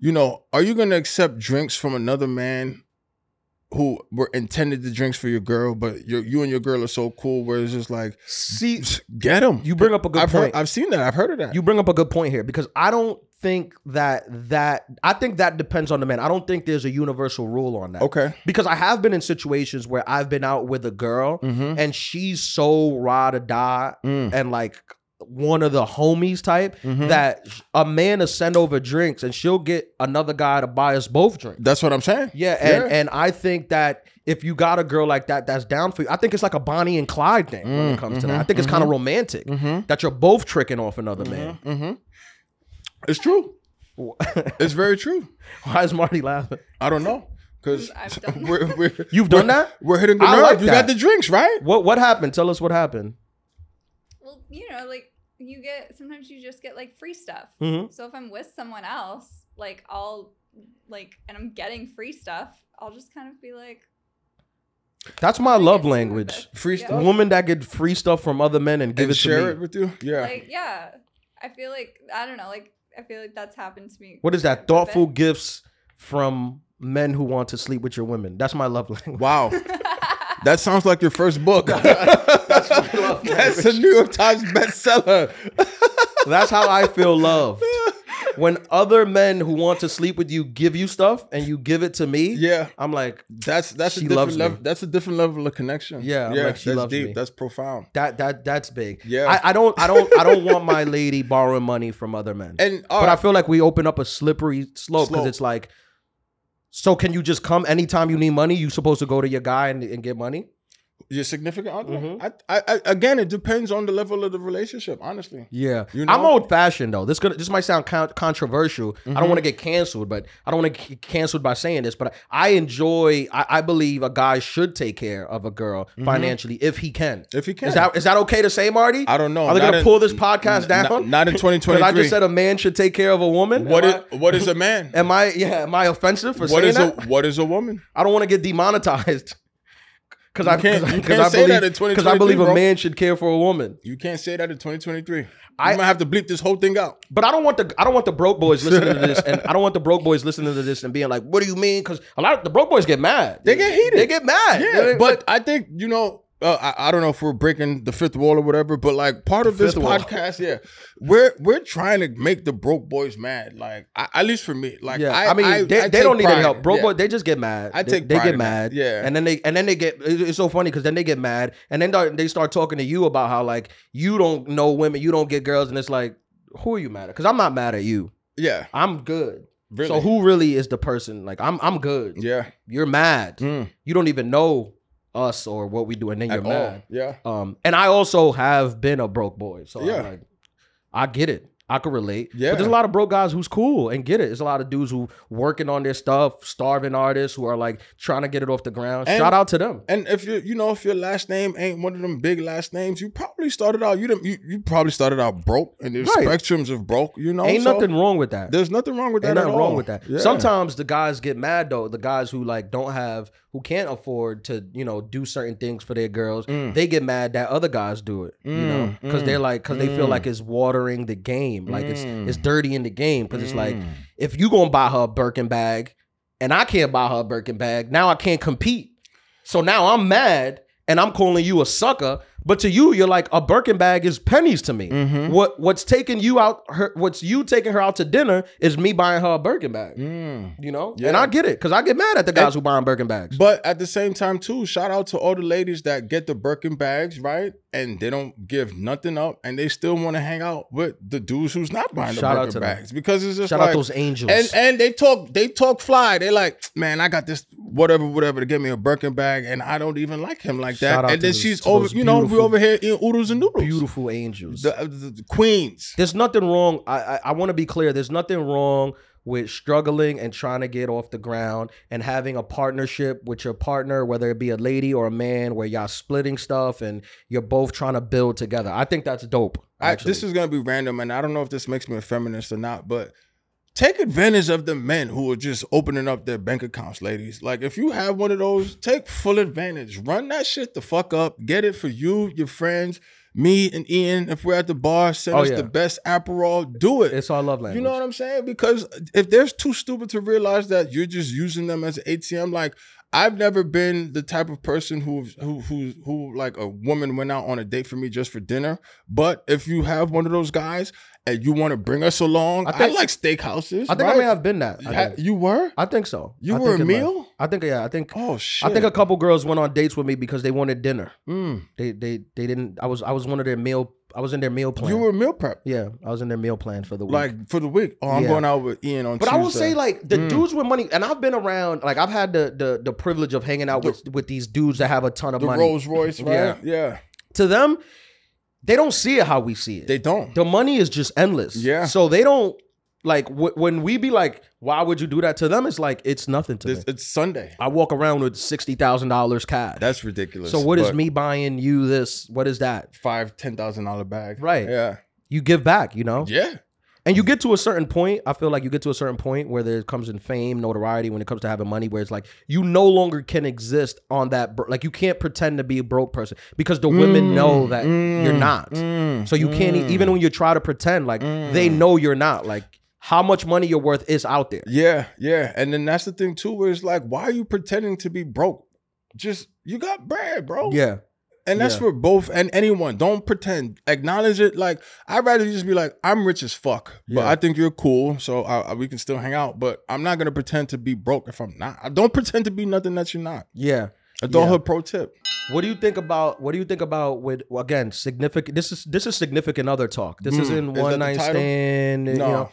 S3: you know, are you gonna accept drinks from another man who were intended to drinks for your girl, but you you and your girl are so cool where it's just like
S2: See,
S3: get them.
S2: you bring up a good
S3: I've
S2: point.
S3: heard, I've seen that. I've heard of that.
S2: Uh, You bring up a good point here because I don't think that that I think that depends on the man. I don't think there's a universal rule on that.
S3: okay?
S2: Because I have been in situations where I've been out with a girl
S3: Mm-hmm.
S2: and she's so rah to die and like one of the homies type
S3: Mm-hmm.
S2: that a man to send over drinks and she'll get another guy to buy us both drinks.
S3: That's what I'm saying.
S2: Yeah, and
S3: Yeah.
S2: and I think that if you got a girl like that that's down for you, I think it's like a Bonnie and Clyde thing when it
S3: Mm,
S2: comes to
S3: mhm,
S2: that. I think it's kind of romantic that you're both tricking off another man.
S3: Mm-hmm. It's true. It's very true.
S2: Why is Marty laughing?
S3: I don't know because
S4: I've done
S3: we're, we're,
S2: You've done
S3: we're-
S2: that?
S3: We're hitting the
S2: I
S3: nerve.
S2: like
S3: you
S2: that.
S3: got the drinks right.
S2: What what happened? Tell us what happened.
S4: well, you know, like you get sometimes you just get like free stuff.
S2: Mhm.
S4: So if I'm with someone else, like I'll like, and I'm getting free stuff, I'll just kind of be like,
S2: That's my love language.
S3: Free
S4: Yeah.
S2: The
S3: stuff.
S2: woman that get free stuff from other men and give
S3: and
S2: it to
S3: share
S2: me.
S3: it with you. Yeah.
S4: like yeah. I feel like I don't know, like I feel like that's happened to me.
S2: What is
S4: a
S2: that?
S4: bit.
S2: Thoughtful gifts from men who want to sleep with your women. That's my love language.
S3: wow. That sounds like your first book. That's, a New York Times bestseller.
S2: That's how I feel loved. When other men who want to sleep with you give you stuff and you give it to me,
S3: Yeah.
S2: I'm like
S3: That's that's
S2: She
S3: a
S2: loves me.
S3: different level. That's a different level of connection.
S2: Yeah, I'm
S3: yeah.
S2: like, she
S3: that's
S2: loves
S3: deep.
S2: me.
S3: That's profound.
S2: that that that's big.
S3: Yeah.
S2: I, I don't I don't I don't want my lady borrowing money from other men.
S3: And uh,
S2: but I feel like we open up a slippery slope because
S3: Slope.
S2: it's like, so can you just come anytime you need money? You supposed to go to your guy and, and get money?
S3: your significant other.
S2: Mhm.
S3: I, I, I, again, it depends on the level of the relationship. Honestly,
S2: Yeah,
S3: You
S2: I'm
S3: know?
S2: old fashioned though. This could this might sound con- controversial. I don't want to get canceled, but I don't want to get canceled by saying this. But I enjoy. I, I believe a guy should take care of a girl financially Mm-hmm. if he can.
S3: if he can,
S2: Is that is that okay to say, Marty?
S3: I don't know.
S2: Are they
S3: Not
S2: gonna
S3: in-
S2: pull this podcast
S3: n- n-
S2: down?
S3: Not in
S2: 'Cause
S3: 2023.
S2: I just said a man should take care of a woman.
S3: what
S2: am
S3: is what is a man?
S2: I, am I? Yeah, am I offensive for
S3: What
S2: saying
S3: is a
S2: that?
S3: what is a woman?
S2: I don't want to get demonetized because I
S3: can't-
S2: because I,
S3: you
S2: 'cause
S3: can't
S2: I
S3: say that
S2: believe
S3: in
S2: because I believe a
S3: 2023,
S2: man should care for a woman.
S3: You can't say that in 2023.
S2: I-
S3: I might have to bleep this whole thing out.
S2: But I don't want the I don't want the broke boys listening to this, and I don't want the broke boys listening to this and being like, "What do you mean?" Because a lot of the broke boys get mad.
S3: They get heated.
S2: They get mad.
S3: Yeah,
S2: They're like,
S3: but I think you know. Uh, I, I don't know if we're breaking the fifth wall or whatever, but like part of this
S2: fifth wall.
S3: podcast, yeah, we're we're trying to make the broke boys mad. Like I, at least for me, like
S2: yeah,
S3: I,
S2: I, mean, they,
S3: I
S2: they
S3: take
S2: don't need any
S3: pride.
S2: help. Broke
S3: Yeah.
S2: boys, they just get mad.
S3: I
S2: They-
S3: take
S2: They,
S3: pride
S2: get
S3: in that.
S2: mad.
S3: Yeah.
S2: and then they and then they get. it- It's so funny because then they get mad, and then they- they start talking to you about how like you don't know women, you don't get girls, and it's like, who are you mad at? Because I'm not mad at you.
S3: yeah,
S2: I'm good.
S3: really,
S2: So who really is the person? Like I'm I'm good.
S3: yeah,
S2: You're mad.
S3: Mm.
S2: You don't even know us or what we do, and then
S3: at
S2: you're
S3: all.
S2: mad.
S3: Yeah.
S2: Um, and I also have been a broke boy, so I'm
S3: Yeah.
S2: like, I get it. I could relate.
S3: Yeah.
S2: But there's a lot of broke guys who's cool and get it. There's a lot of dudes who working on their stuff, starving artists who are like trying to get it off the ground.
S3: And-
S2: Shout out to them.
S3: And if you you know if your last name ain't one of them big last names, you probably started out you didn't, you, you probably started out broke, and there's
S2: Right.
S3: spectrums of broke. You know,
S2: Ain't
S3: so
S2: nothing wrong with that.
S3: There's nothing wrong with that.
S2: Ain't nothing
S3: at
S2: wrong
S3: all.
S2: with that.
S3: Yeah.
S2: Sometimes the guys get mad though. The guys who like don't have, who can't afford to, you know, do certain things for their girls,
S3: Mm.
S2: they get mad that other guys do it. You know,
S3: Mm,
S2: because
S3: mm,
S2: they're like, because they feel
S3: mm.
S2: like it's watering the game, like it's
S3: Mm.
S2: it's dirty in the game. Because it's like,
S3: Mm.
S2: if you gonna buy her a Birkin bag, and I can't buy her a Birkin bag, now I can't compete. So now I'm mad, and I'm calling you a sucker. But to you, you're like a Birkin bag is pennies to me.
S3: Mhm.
S2: What what's taking you out her what's you taking her out to dinner is me buying her a Birkin bag.
S3: Mm.
S2: You know?
S3: Yeah.
S2: And I get it, because I get mad at the guys who buying Birkin bags.
S3: But at the same time, too, shout out to all the ladies that get the Birkin bags, right? And they don't give nothing up, and they still want to hang out with the dudes who's not buying the
S2: Shout out
S3: Birkin
S2: to them.
S3: bags because it's just
S2: Shout
S3: like,
S2: out those angels.
S3: and and they talk they talk fly. They like, man, I got this whatever whatever to get me a Birkin bag, and I don't even like him like that.
S2: Shout out
S3: and
S2: to
S3: then
S2: those-
S3: she's
S2: to
S3: over,
S2: those
S3: you know, we
S2: beautiful-
S3: over here eating oodles and noodles.
S2: Beautiful angels.
S3: The, the- the queens.
S2: there's nothing wrong. I I, I want to be clear. There's nothing wrong with struggling and trying to get off the ground and having a partnership with your partner, whether it be a lady or a man, where y'all splitting stuff and you're both trying to build together. I think that's dope.
S3: I,
S2: Actually.
S3: this is gonna be random, and I don't know if this makes me a feminist or not, but take advantage of the men who are just opening up their bank accounts, ladies. Like if you have one of those, take full advantage. Run that shit the fuck up. Get it for you, your friends, me, and Ian. If we're at the bar, send
S2: Oh,
S3: us
S2: yeah.
S3: the best aperol. Do it.
S2: it's our love language.
S3: You know what I'm saying? Because if they're too stupid to realize that you're just using them as ATM, like I've never been the type of person who who who who like a woman went out on a date for me just for dinner. But if you have one of those guys and you want to bring us along, I,
S2: I think-
S3: like steakhouses.
S2: I think
S3: right?
S2: I may have been that. I
S3: Ha-
S2: think,
S3: You were?
S2: I think so.
S3: You
S2: I
S3: were
S2: think
S3: a
S2: it might-
S3: meal?
S2: I think yeah. I think
S3: Oh shit!
S2: I think a couple girls went on dates with me because they wanted dinner.
S3: Mm.
S2: They they they didn't. I was I was one of their meal. I was in their meal plan.
S3: you were meal prep
S2: yeah. I was in their meal plan for the week.
S3: like for the week. Oh, I'm
S2: Yeah.
S3: going out with Ian on.
S2: But I will say,
S3: Tuesday.
S2: like the
S3: Mm.
S2: dudes with money, and I've been around. Like I've had the the, the privilege of hanging out with with these dudes that have a ton of
S3: the
S2: money.
S3: Rolls Royce, right? Yeah.
S2: To them, they don't see it how we see it.
S3: they don't.
S2: the money is just endless.
S3: Yeah.
S2: So they don't like wh- when we be like, "Why would you do that to them?" It's like it's nothing to
S3: This-
S2: me.
S3: It's Sunday.
S2: I walk around with sixty thousand dollars cash.
S3: That's ridiculous.
S2: so what is
S3: but-
S2: me buying you this? What is that?
S3: five ten thousand dollar bag.
S2: Right.
S3: Yeah.
S2: You give back, you know.
S3: Yeah.
S2: And you get to a certain point, I feel like you get to a certain point where there comes in fame, notoriety, when it comes to having money, where it's like you no longer can exist on that. Bro- like you can't pretend to be a broke person because the
S3: Mm,
S2: women know that you're not. so you can't, e- even when you try to pretend, like they know you're not. Like how much money you're worth is out there.
S3: Yeah. Yeah. And then that's the thing too, where it's like, why are you pretending to be broke? Just you got bread, bro.
S2: Yeah.
S3: And that's
S2: yeah.
S3: for both and anyone. Don't pretend. Acknowledge it. Like I'd rather you just be like, I'm rich as fuck, but
S2: Yeah.
S3: I think you're cool, so I, I- we can still hang out. But I'm not gonna pretend to be broke if I'm not. I don't pretend to be nothing that you're not.
S2: Yeah.
S3: Adulthood pro tip.
S2: What do you think about what do you think about with well, again significant this is this is significant other talk. This
S3: Mm.
S2: isn't
S3: Is that the
S2: one night
S3: title?
S2: stand, you
S3: No.
S2: know.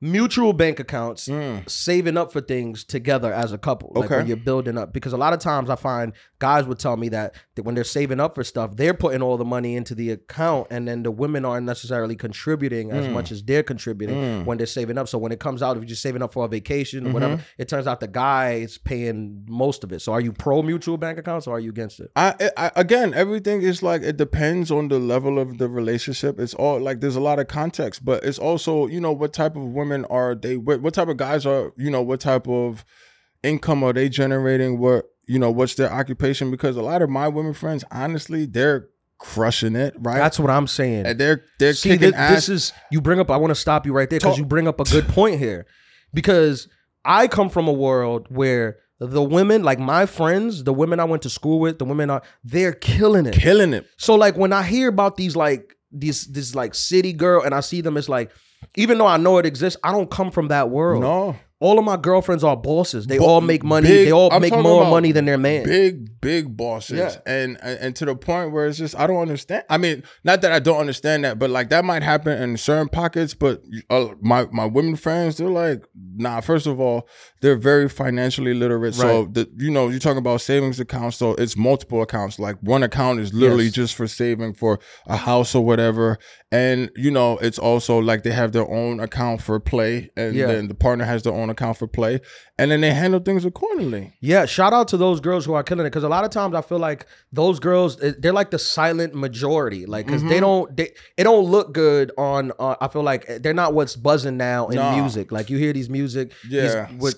S2: Mutual bank accounts.
S3: Mm.
S2: saving up for things together as a couple. Like
S3: Okay.
S2: when you're building up. Because a lot of times I find guys would tell me that, that when they're saving up for stuff, they're putting all the money into the account and then the women aren't necessarily contributing as
S3: Mm.
S2: much as they're contributing
S3: Mm.
S2: when they're saving up. So when it comes out, if you're just saving up for a vacation or whatever,
S3: Mm-hmm.
S2: it turns out the guy is paying most of it. So are you pro mutual bank accounts or are you against it?
S3: I, I again, everything is like it depends on the level of the relationship. It's all like there's a lot of context, but it's also you know what type of women are they with, what type of guys are you know what type of income are they generating? What you know what's their occupation? Because a lot of my women friends, honestly, they're crushing it, right?
S2: That's what I'm saying.
S3: and they're they're
S2: See,
S3: kicking
S2: thi-
S3: ass.
S2: this is you bring up. I want to stop you right there because
S3: Talk-
S2: you bring up a good point here, because I come from a world where the women, like my friends, the women I went to school with, the women are they're killing it.
S3: killing it.
S2: So like when I hear about these like these this like city girl and I see them, it's like even though I know it exists, I don't come from that world.
S3: No,
S2: All of my girlfriends are bosses. They
S3: Bo-
S2: all make money.
S3: big-
S2: they all
S3: I'm
S2: make
S3: talking
S2: more
S3: about
S2: money than their man.
S3: Big, big bosses.
S2: Yeah.
S3: And and and to the point where it's just I don't understand. I mean, not that I don't understand that, but like that might happen in certain pockets. But uh, my my women friends, they're like, nah. First of all, they're very financially literate. So
S2: Right.
S3: the, you know, you're talking about savings accounts, so it's multiple accounts. Like one account is literally
S2: Yes.
S3: just for saving for a house or whatever. And you know, it's also like they have their own account for play, and
S2: Yeah.
S3: then the partner has their own account for play, and then they handle things accordingly.
S2: Yeah, shout out to those girls who are killing it because a lot of times I feel like those girls eh, they're like the silent majority, like because
S3: Mm-hmm.
S2: they don't they it don't look good on. Uh, I feel like eh, they're not what's buzzing now in
S3: Nah.
S2: music. Like you hear these music, these-
S3: Yeah.
S2: what-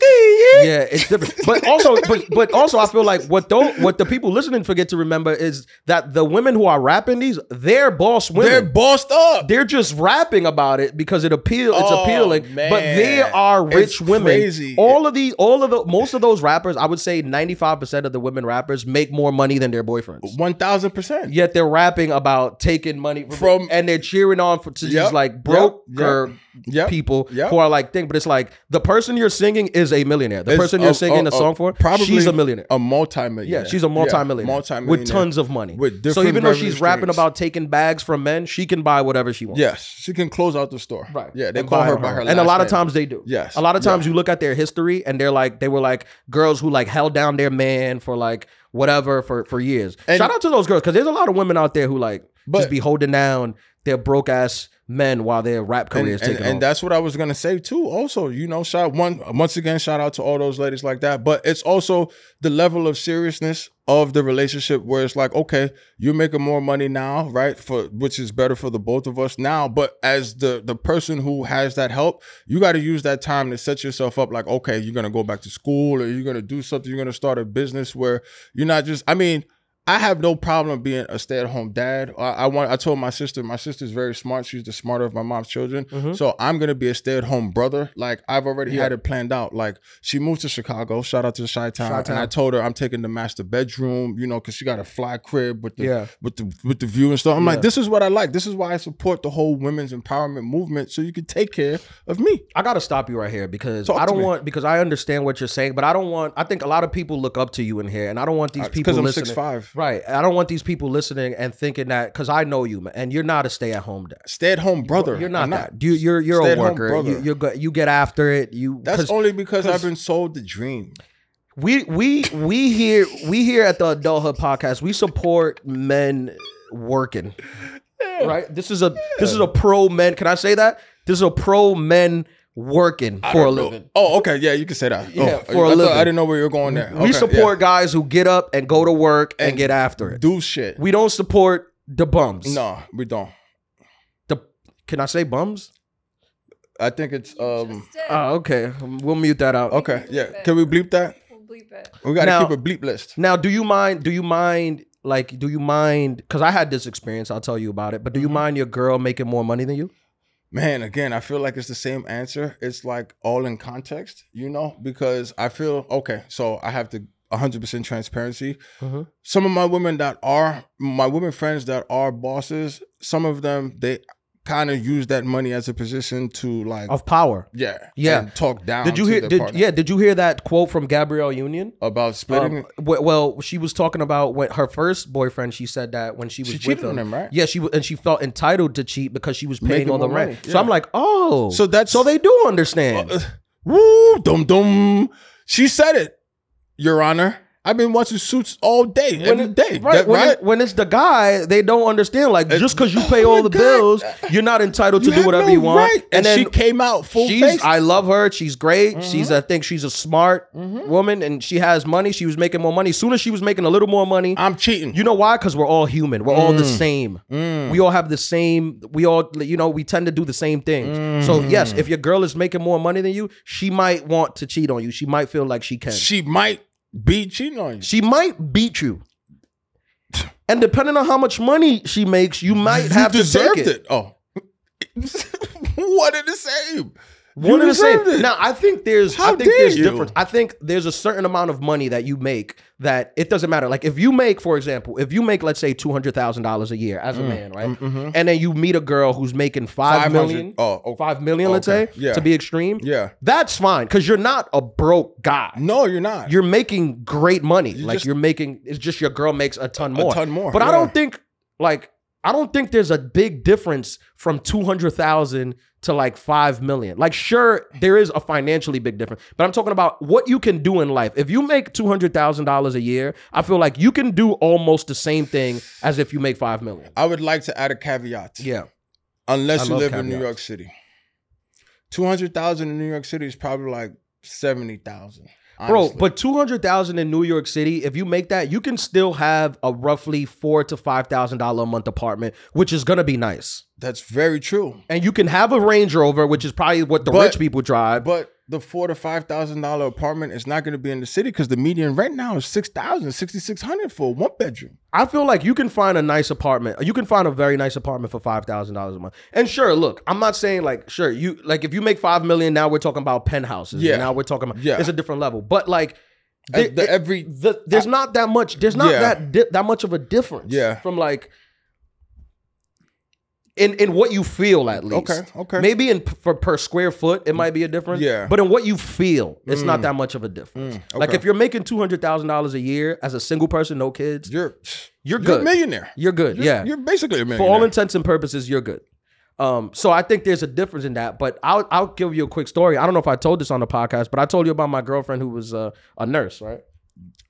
S2: yeah, it's different. But also, but, but also, I feel like what though what the people listening forget to remember is that the women who are rapping these, they're boss women.
S3: They're bossed up.
S2: They're just rapping about it because it appeal it's
S3: Oh,
S2: appealing. But they
S3: man.
S2: are rich
S3: It's
S2: women.
S3: crazy.
S2: All of the all of the most of those rappers, I would say 95% of the women rappers make more money than their boyfriends.
S3: One thousand percent.
S2: Yet they're rapping about taking money from,
S3: From-
S2: and they're cheering on for to these
S3: Yep,
S2: like
S3: yep,
S2: broke
S3: yep, yep,
S2: people
S3: yep.
S2: who are like thing, but it's like the person you're singing is a millionaire. The person you're singing a song for,
S3: probably
S2: she's a millionaire.
S3: a multi-millionaire.
S2: Yeah, she's a multi-millionaire,
S3: multi-millionaire
S2: with tons of money.
S3: With
S2: so
S3: different
S2: even though
S3: revenue
S2: she's rapping
S3: streams.
S2: about taking bags from men, she can buy whatever she wants.
S3: Yes, she can close out the store.
S2: Right.
S3: Yeah, they
S2: And
S3: call
S2: buy
S3: her by her.
S2: And a
S3: last
S2: lot of
S3: name.
S2: times they do.
S3: Yes.
S2: A lot of
S3: Yeah.
S2: times you look at their history and they're like they were like girls who like held down their man for like whatever for for years.
S3: And-
S2: Shout out to those girls because there's a lot of women out there who like just
S3: But-
S2: be holding down their broke ass men while their rap
S3: and,
S2: career is
S3: and-
S2: taking
S3: and
S2: off.
S3: that's what I was gonna say too. Also, you know, shout one once again, shout out to all those ladies like that. But it's also the level of seriousness of the relationship where it's like, okay, you're making more money now, right? For which is better for the both of us now. But as the the person who has that help, you got to use that time to set yourself up. Like, okay, you're gonna go back to school, or you're gonna do something. You're gonna start a business where you're not just. I mean. I have no problem being a stay-at-home dad. I, I want. I told my sister. My sister's very smart. She's the smarter of my mom's children.
S2: Mm-hmm.
S3: So I'm gonna be a stay-at-home brother. Like I've already had it planned out. Like she moved to Chicago. Shout out to Chi Town. And I told her I'm taking the master bedroom. You know, because she got a fly crib with the
S2: Yeah.
S3: with the with the view and stuff. I'm
S2: Yeah.
S3: like, this is what I like. This is why I support the whole women's empowerment movement. So you can take care of me. Uh,
S2: I gotta stop you right here because
S3: Talk
S2: I
S3: to
S2: don't
S3: me.
S2: want because I understand what you're saying, but I don't want. I think a lot of people look up to you in here, and I don't want these people
S3: Because I'm
S2: listening.
S3: six five.
S2: Right, I don't want these people listening and thinking that because I know you, man, and you're not a stay-at-home dad.
S3: Stay-at-home brother.
S2: You're not,
S3: I'm
S2: that. You, you're you're a
S3: Stay-at-home
S2: worker. You,
S3: brother.
S2: you're go- you get after it. You
S3: That's
S2: 'cause
S3: only because
S2: 'cause-
S3: I've been sold the dream.
S2: we we we here we here at the Adult Hub podcast. We support men working. Right. This is a this is a pro men. Can I say that? This is a pro men working for a living.
S3: Oh, okay. Yeah, you can say that.
S2: Yeah,
S3: Oh,
S2: for a
S3: I thought-
S2: living.
S3: I didn't know where you were going there. Okay,
S2: we support guys who get up and go to work and,
S3: And
S2: get after
S3: yeah.
S2: it.
S3: do shit.
S2: we don't support the bums.
S3: no, we don't.
S2: The can I say bums?
S3: I think it's um.
S4: Just it.
S2: Oh, okay. We'll mute that out.
S3: Okay,
S4: bleep
S3: yeah.
S4: it.
S3: Can we bleep that?
S4: we'll bleep it.
S3: We gotta
S2: Now-
S3: keep a bleep list.
S2: Now, do you mind? Do you mind? Like, do you mind? Because I had this experience. I'll tell you about it. But do you mind your girl making more money than you?
S3: Man, again, I feel like it's the same answer. It's like all in context, you know, because I feel okay. So I have to 100% transparency.
S2: Mhm.
S3: Some of my women that are my women friends that are bosses, some of them they kind of use that money as a position to like,
S2: Of power.
S3: yeah,
S2: Yeah.
S3: and talk down.
S2: Did you
S3: to
S2: hear?
S3: their
S2: Did,
S3: partner
S2: yeah. Did you hear that quote from Gabrielle Union?
S3: about splitting?
S2: Um, w- well, she was talking about when her first boyfriend. She said that when she was
S3: She
S2: with
S3: cheated
S2: him,
S3: on him, right?
S2: Yeah, she w- and she felt entitled to cheat because she was paying
S3: Making
S2: all the
S3: more
S2: rent.
S3: money,
S2: So
S3: yeah.
S2: I'm like, oh,
S3: So that's- uh,
S2: so they do understand.
S3: um, Woo, dum dum. She said it, Your Honor. I've been watching Suits all day, every
S2: it-
S3: day.
S2: Right,
S3: That-
S2: when,
S3: right?
S2: It, when it's the guy, they don't understand. Like just because you pay
S3: Oh
S2: all
S3: my
S2: the
S3: God.
S2: bills, you're not entitled to do
S3: have
S2: whatever
S3: no
S2: you want.
S3: right. And, she came out full
S2: she's,
S3: face. Mm-hmm.
S2: I love her. She's great. She's I think she's a smart woman and she has money. She was making more money. Soon as she was making a little more money,
S3: I'm cheating.
S2: you know why? Because we're all human. We're all the
S3: Mm.
S2: same. We all have the same. We all, you know, we tend to do the same things.
S3: Mm.
S2: So yes, if your girl is making more money than you, she might want to cheat on you. She might feel like she can.
S3: she might be cheating on you.
S2: She might beat you. And depending on how much money she makes, you might have
S3: you
S2: to take
S3: deserved
S2: it.
S3: Oh. it. Oh. what are the same?
S2: One
S3: You
S2: and the same.
S3: deserved it.
S2: Now I think there's
S3: How
S2: I think there's
S3: dare you.
S2: difference. I think there's a certain amount of money that you make that it doesn't matter. Like if you make, for example, if you make let's say two hundred thousand dollars a year as a man, right?
S3: mhm.
S2: And then you meet a girl who's making five
S3: 500.
S2: million.
S3: Oh, oh,
S2: Five million, let's
S3: Okay.
S2: say,
S3: Yeah.
S2: to be extreme.
S3: Yeah.
S2: That's fine. Cause you're not a broke guy.
S3: No, you're not.
S2: You're making great money. like
S3: just-
S2: you're making it's just your girl makes a ton more.
S3: ton more,
S2: But I
S3: Oh, yeah.
S2: don't think like I don't think there's a big difference from 200,000 to like 5 million. Like sure there is a financially big difference, but I'm talking about what you can do in life. If you make $200,000 a year, I feel like you can do almost the same thing as if you make 5 million.
S3: I would like to add a caveat.
S2: Yeah. I
S3: Unless you
S2: love
S3: live in New
S2: caveats.
S3: York City. 200,000 in New York City is probably like 70,000.
S2: Bro,
S3: honestly.
S2: but 200,000 in New York City, if you make that, you can still have a roughly 4 to $5,000 a month apartment, which is going to be nice.
S3: that's very true.
S2: and you can have a Range Rover, which is probably what the
S3: But-
S2: rich people drive.
S3: But the four to five thousand dollar apartment is not going to be in the city because the median rent now is six thousand, sixty six hundred for a one bedroom.
S2: I feel like you can find a nice apartment. You can find a very nice apartment for five thousand dollars a month. And sure, look, I'm not saying like sure you like if you make five million now we're talking about penthouses.
S3: Yeah.
S2: now we're talking about
S3: Yeah.
S2: it's a different level. But like
S3: At
S2: the-
S3: the
S2: it-
S3: every
S2: the, there's not that much. There's not
S3: Yeah.
S2: that di- that much of a difference.
S3: Yeah.
S2: from like. In, in what you feel at least
S3: Okay, okay.
S2: maybe in p- for per square foot it might be a difference
S3: Yeah.
S2: but in what you feel it's not that much of a difference
S3: Mm,
S2: like
S3: okay.
S2: if you're making two hundred thousand dollars a year as a single person no kids
S3: you're
S2: you're
S3: you're
S2: good.
S3: a millionaire.
S2: You're good.
S3: You're,
S2: yeah.
S3: you're basically a
S2: For
S3: millionaire.
S2: all intents and purposes, you're good. Um, so I think there's a difference in that. But I'll I'll give you a quick story. I don't know if I told this on the podcast, but I told you about my girlfriend who was uh, a nurse, right?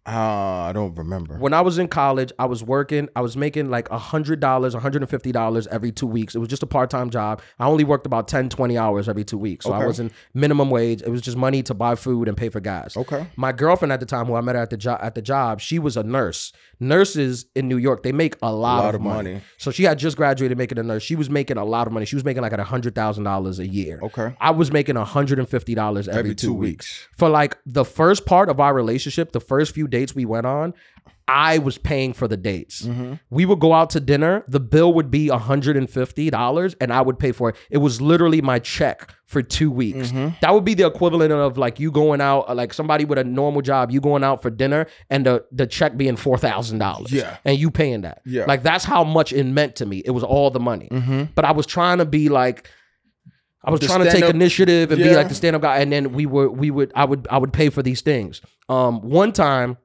S3: Ah, I don't remember.
S2: When I was in college, I was working. I was making like $100, $150 every two weeks. It was just a part time job. I only worked about 10, 20 hours every two weeks. So I
S3: Okay.
S2: wasn't minimum wage. It was just money to buy food and pay for gas.
S3: Okay.
S2: My girlfriend at the time, who I met at the, jo- at the job, she was a nurse. Nurses in New York, they make a lot, of,
S3: of
S2: money.
S3: money.
S2: So she had just graduated making a nurse. She was making a lot of money. She was making like a $100,000 a year.
S3: Okay.
S2: I was making $150 every,
S3: Every
S2: two,
S3: two
S2: weeks.
S3: weeks.
S2: For like the first part of our relationship, the first few dates we went on, I was paying for the dates.
S3: Mm-hmm.
S2: We would go out to dinner, the bill would be $150 and I would pay for it. It was literally my check for 2 weeks.
S3: Mm-hmm.
S2: That would be the equivalent of like you going out uh, like somebody with a normal job, you going out for dinner and the the check being $4,000
S3: Yeah.
S2: and you paying that.
S3: Yeah. Mm-hmm.
S2: Like that's how much it meant to me. It was all the money. But I was trying to be like I was
S3: The
S2: trying to take
S3: stand-up-
S2: initiative and be
S3: Yeah.
S2: like the stand up guy and then we were we would I would I would pay for these things. Um one time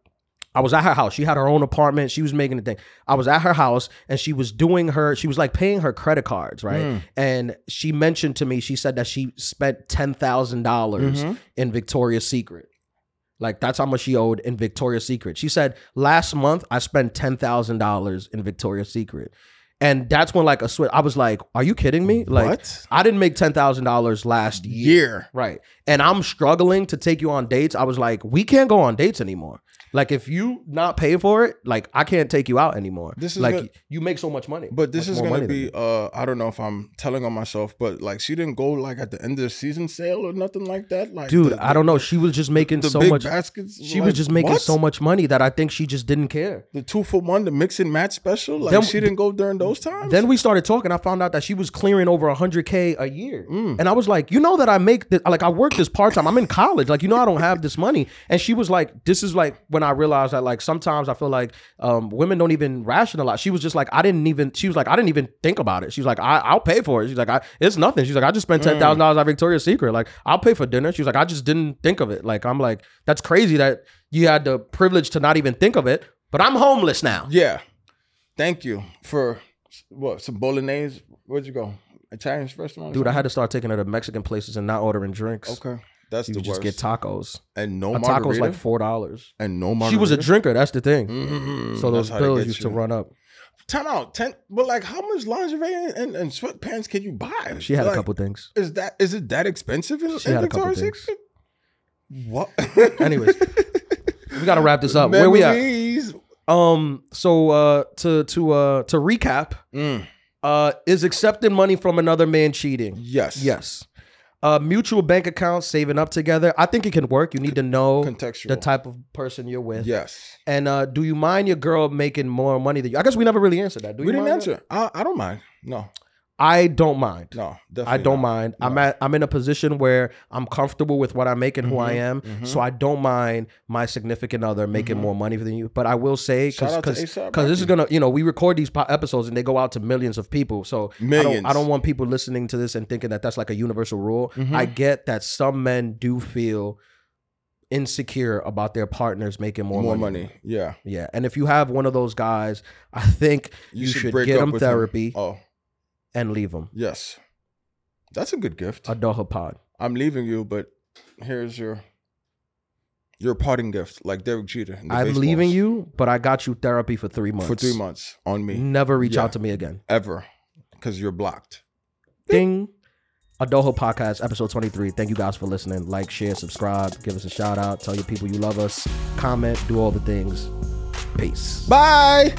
S2: I was at her house. She had her own apartment. She was making the thing. I was at her house and she was doing her, she was like paying her credit cards, right?
S3: Mm. Hmm.
S2: And she mentioned to me, she said that she spent $10,000
S3: Mm-hmm.
S2: dollars in Victoria's Secret. Like that's how much she owed in Victoria's Secret. She said, last month I spent $10,000 in Victoria's Secret. And that's when like a switch, I was like, are you kidding me? Like
S3: What?
S2: I didn't make $10,000 last year.
S3: Year.
S2: Right. And I'm struggling to take you on dates. I was like, we can't go on dates anymore. Like if you not pay for it, like I can't take you out anymore.
S3: This is
S2: like
S3: good.
S2: you make so much money.
S3: But this
S2: Much
S3: is
S2: more
S3: gonna
S2: money than
S3: be uh I don't know if I'm telling on myself, but like she didn't go like at the end of the season sale or nothing like that. Like
S2: me. dude,
S3: the-
S2: I don't know. She was just making
S3: the
S2: so
S3: big
S2: much
S3: baskets.
S2: She
S3: like,
S2: was just making
S3: what?
S2: so much money that I think she just didn't care.
S3: The two for one, the mix and match special. Like
S2: Then-
S3: she didn't go during those times.
S2: Then we started talking. I found out that she was clearing over 100k a year, and I was like, "You know that I make this, like I work this part time. I'm in college. Like you know I don't have this money." And she was like, "This is like when I realized that like sometimes I feel like um, women don't even rationalize." She was just like, "I didn't even." She was like, "I didn't even think about it." She was like, I, "I'll pay for it." She's like, I, "It's nothing." She's like, "I just spent ten thousand dollars at Victoria's Secret. Like I'll pay for dinner." She was like, "I just didn't think of it." Like I'm like, "That's crazy that you had the privilege to not even think of it." But I'm homeless now.
S3: yeah. Thank you for what some bolognese. Where'd you go? Italian restaurant,
S2: Dude, I had to start taking her to Mexican places and not ordering drinks.
S3: Okay, that's
S2: You
S3: the
S2: could just
S3: worst.
S2: get tacos.
S3: and no
S2: A taco's
S3: margarita.
S2: like four dollars.
S3: and no margarita.
S2: She was a drinker. That's the thing.
S3: Mm,
S2: So those
S3: that's how they
S2: bills
S3: get
S2: used to
S3: you.
S2: run up.
S3: Time out. Ten. But like, how much lingerie and, and, and sweatpants can you buy?
S2: She had
S3: Like,
S2: a couple things.
S3: Is that is it that expensive in,
S2: She
S3: in
S2: had a couple
S3: Victoria's
S2: things.
S3: Secret? What?
S2: Anyways, we gotta wrap this up. Where we at?
S3: Memories.
S2: Um. So uh, to to uh to recap,
S3: Mm,
S2: uh, is accepting money from another man cheating?
S3: yes.
S2: Yes. Uh, mutual bank accounts, saving up together. I think it can work. You need to know
S3: Contextual.
S2: the type of person you're with.
S3: Yes.
S2: And uh, do you mind your girl making more money than you? I guess we never really answered that. Do you
S3: we didn't
S2: mind that?
S3: answer. I, I don't mind. No.
S2: I don't mind.
S3: No, definitely
S2: I don't
S3: not.
S2: mind. I'm
S3: No.
S2: at I'm in a position where I'm comfortable with what I make and who I
S3: Mhm,
S2: am.
S3: mhm.
S2: So I don't mind my significant other making
S3: Mhm.
S2: more money than you. But I will say
S3: Shout
S2: because
S3: out to
S2: because
S3: A$AP
S2: this is
S3: Rocky.
S2: gonna you know we record these po- episodes and they go out to millions of people. So I
S3: Millions.
S2: don't, I don't want people listening to this and thinking that that's like a universal rule.
S3: Mhm.
S2: I get that some men do feel insecure about their partners making more,
S3: more,
S2: money.
S3: money. Yeah,
S2: Yeah, and if you have one of those guys, I think you, should, get him
S3: with him.
S2: therapy
S3: Oh,
S2: and leave him.
S3: yes, that's a good gift.
S2: Adulthood pod.
S3: I'm leaving you, but here's your your parting gift, like Derek Jeter. in the
S2: I'm
S3: baseballs.
S2: leaving you, but I got you therapy for three months.
S3: for three months on me
S2: Never reach
S3: Yeah.
S2: out to me again.
S3: ever because you're blocked.
S2: Ding. Adulthood Podcast, episode 23. Thank you guys for listening. Like, share, subscribe, give us a shout out, tell your people you love us, comment, do all the things. Peace.
S3: Bye.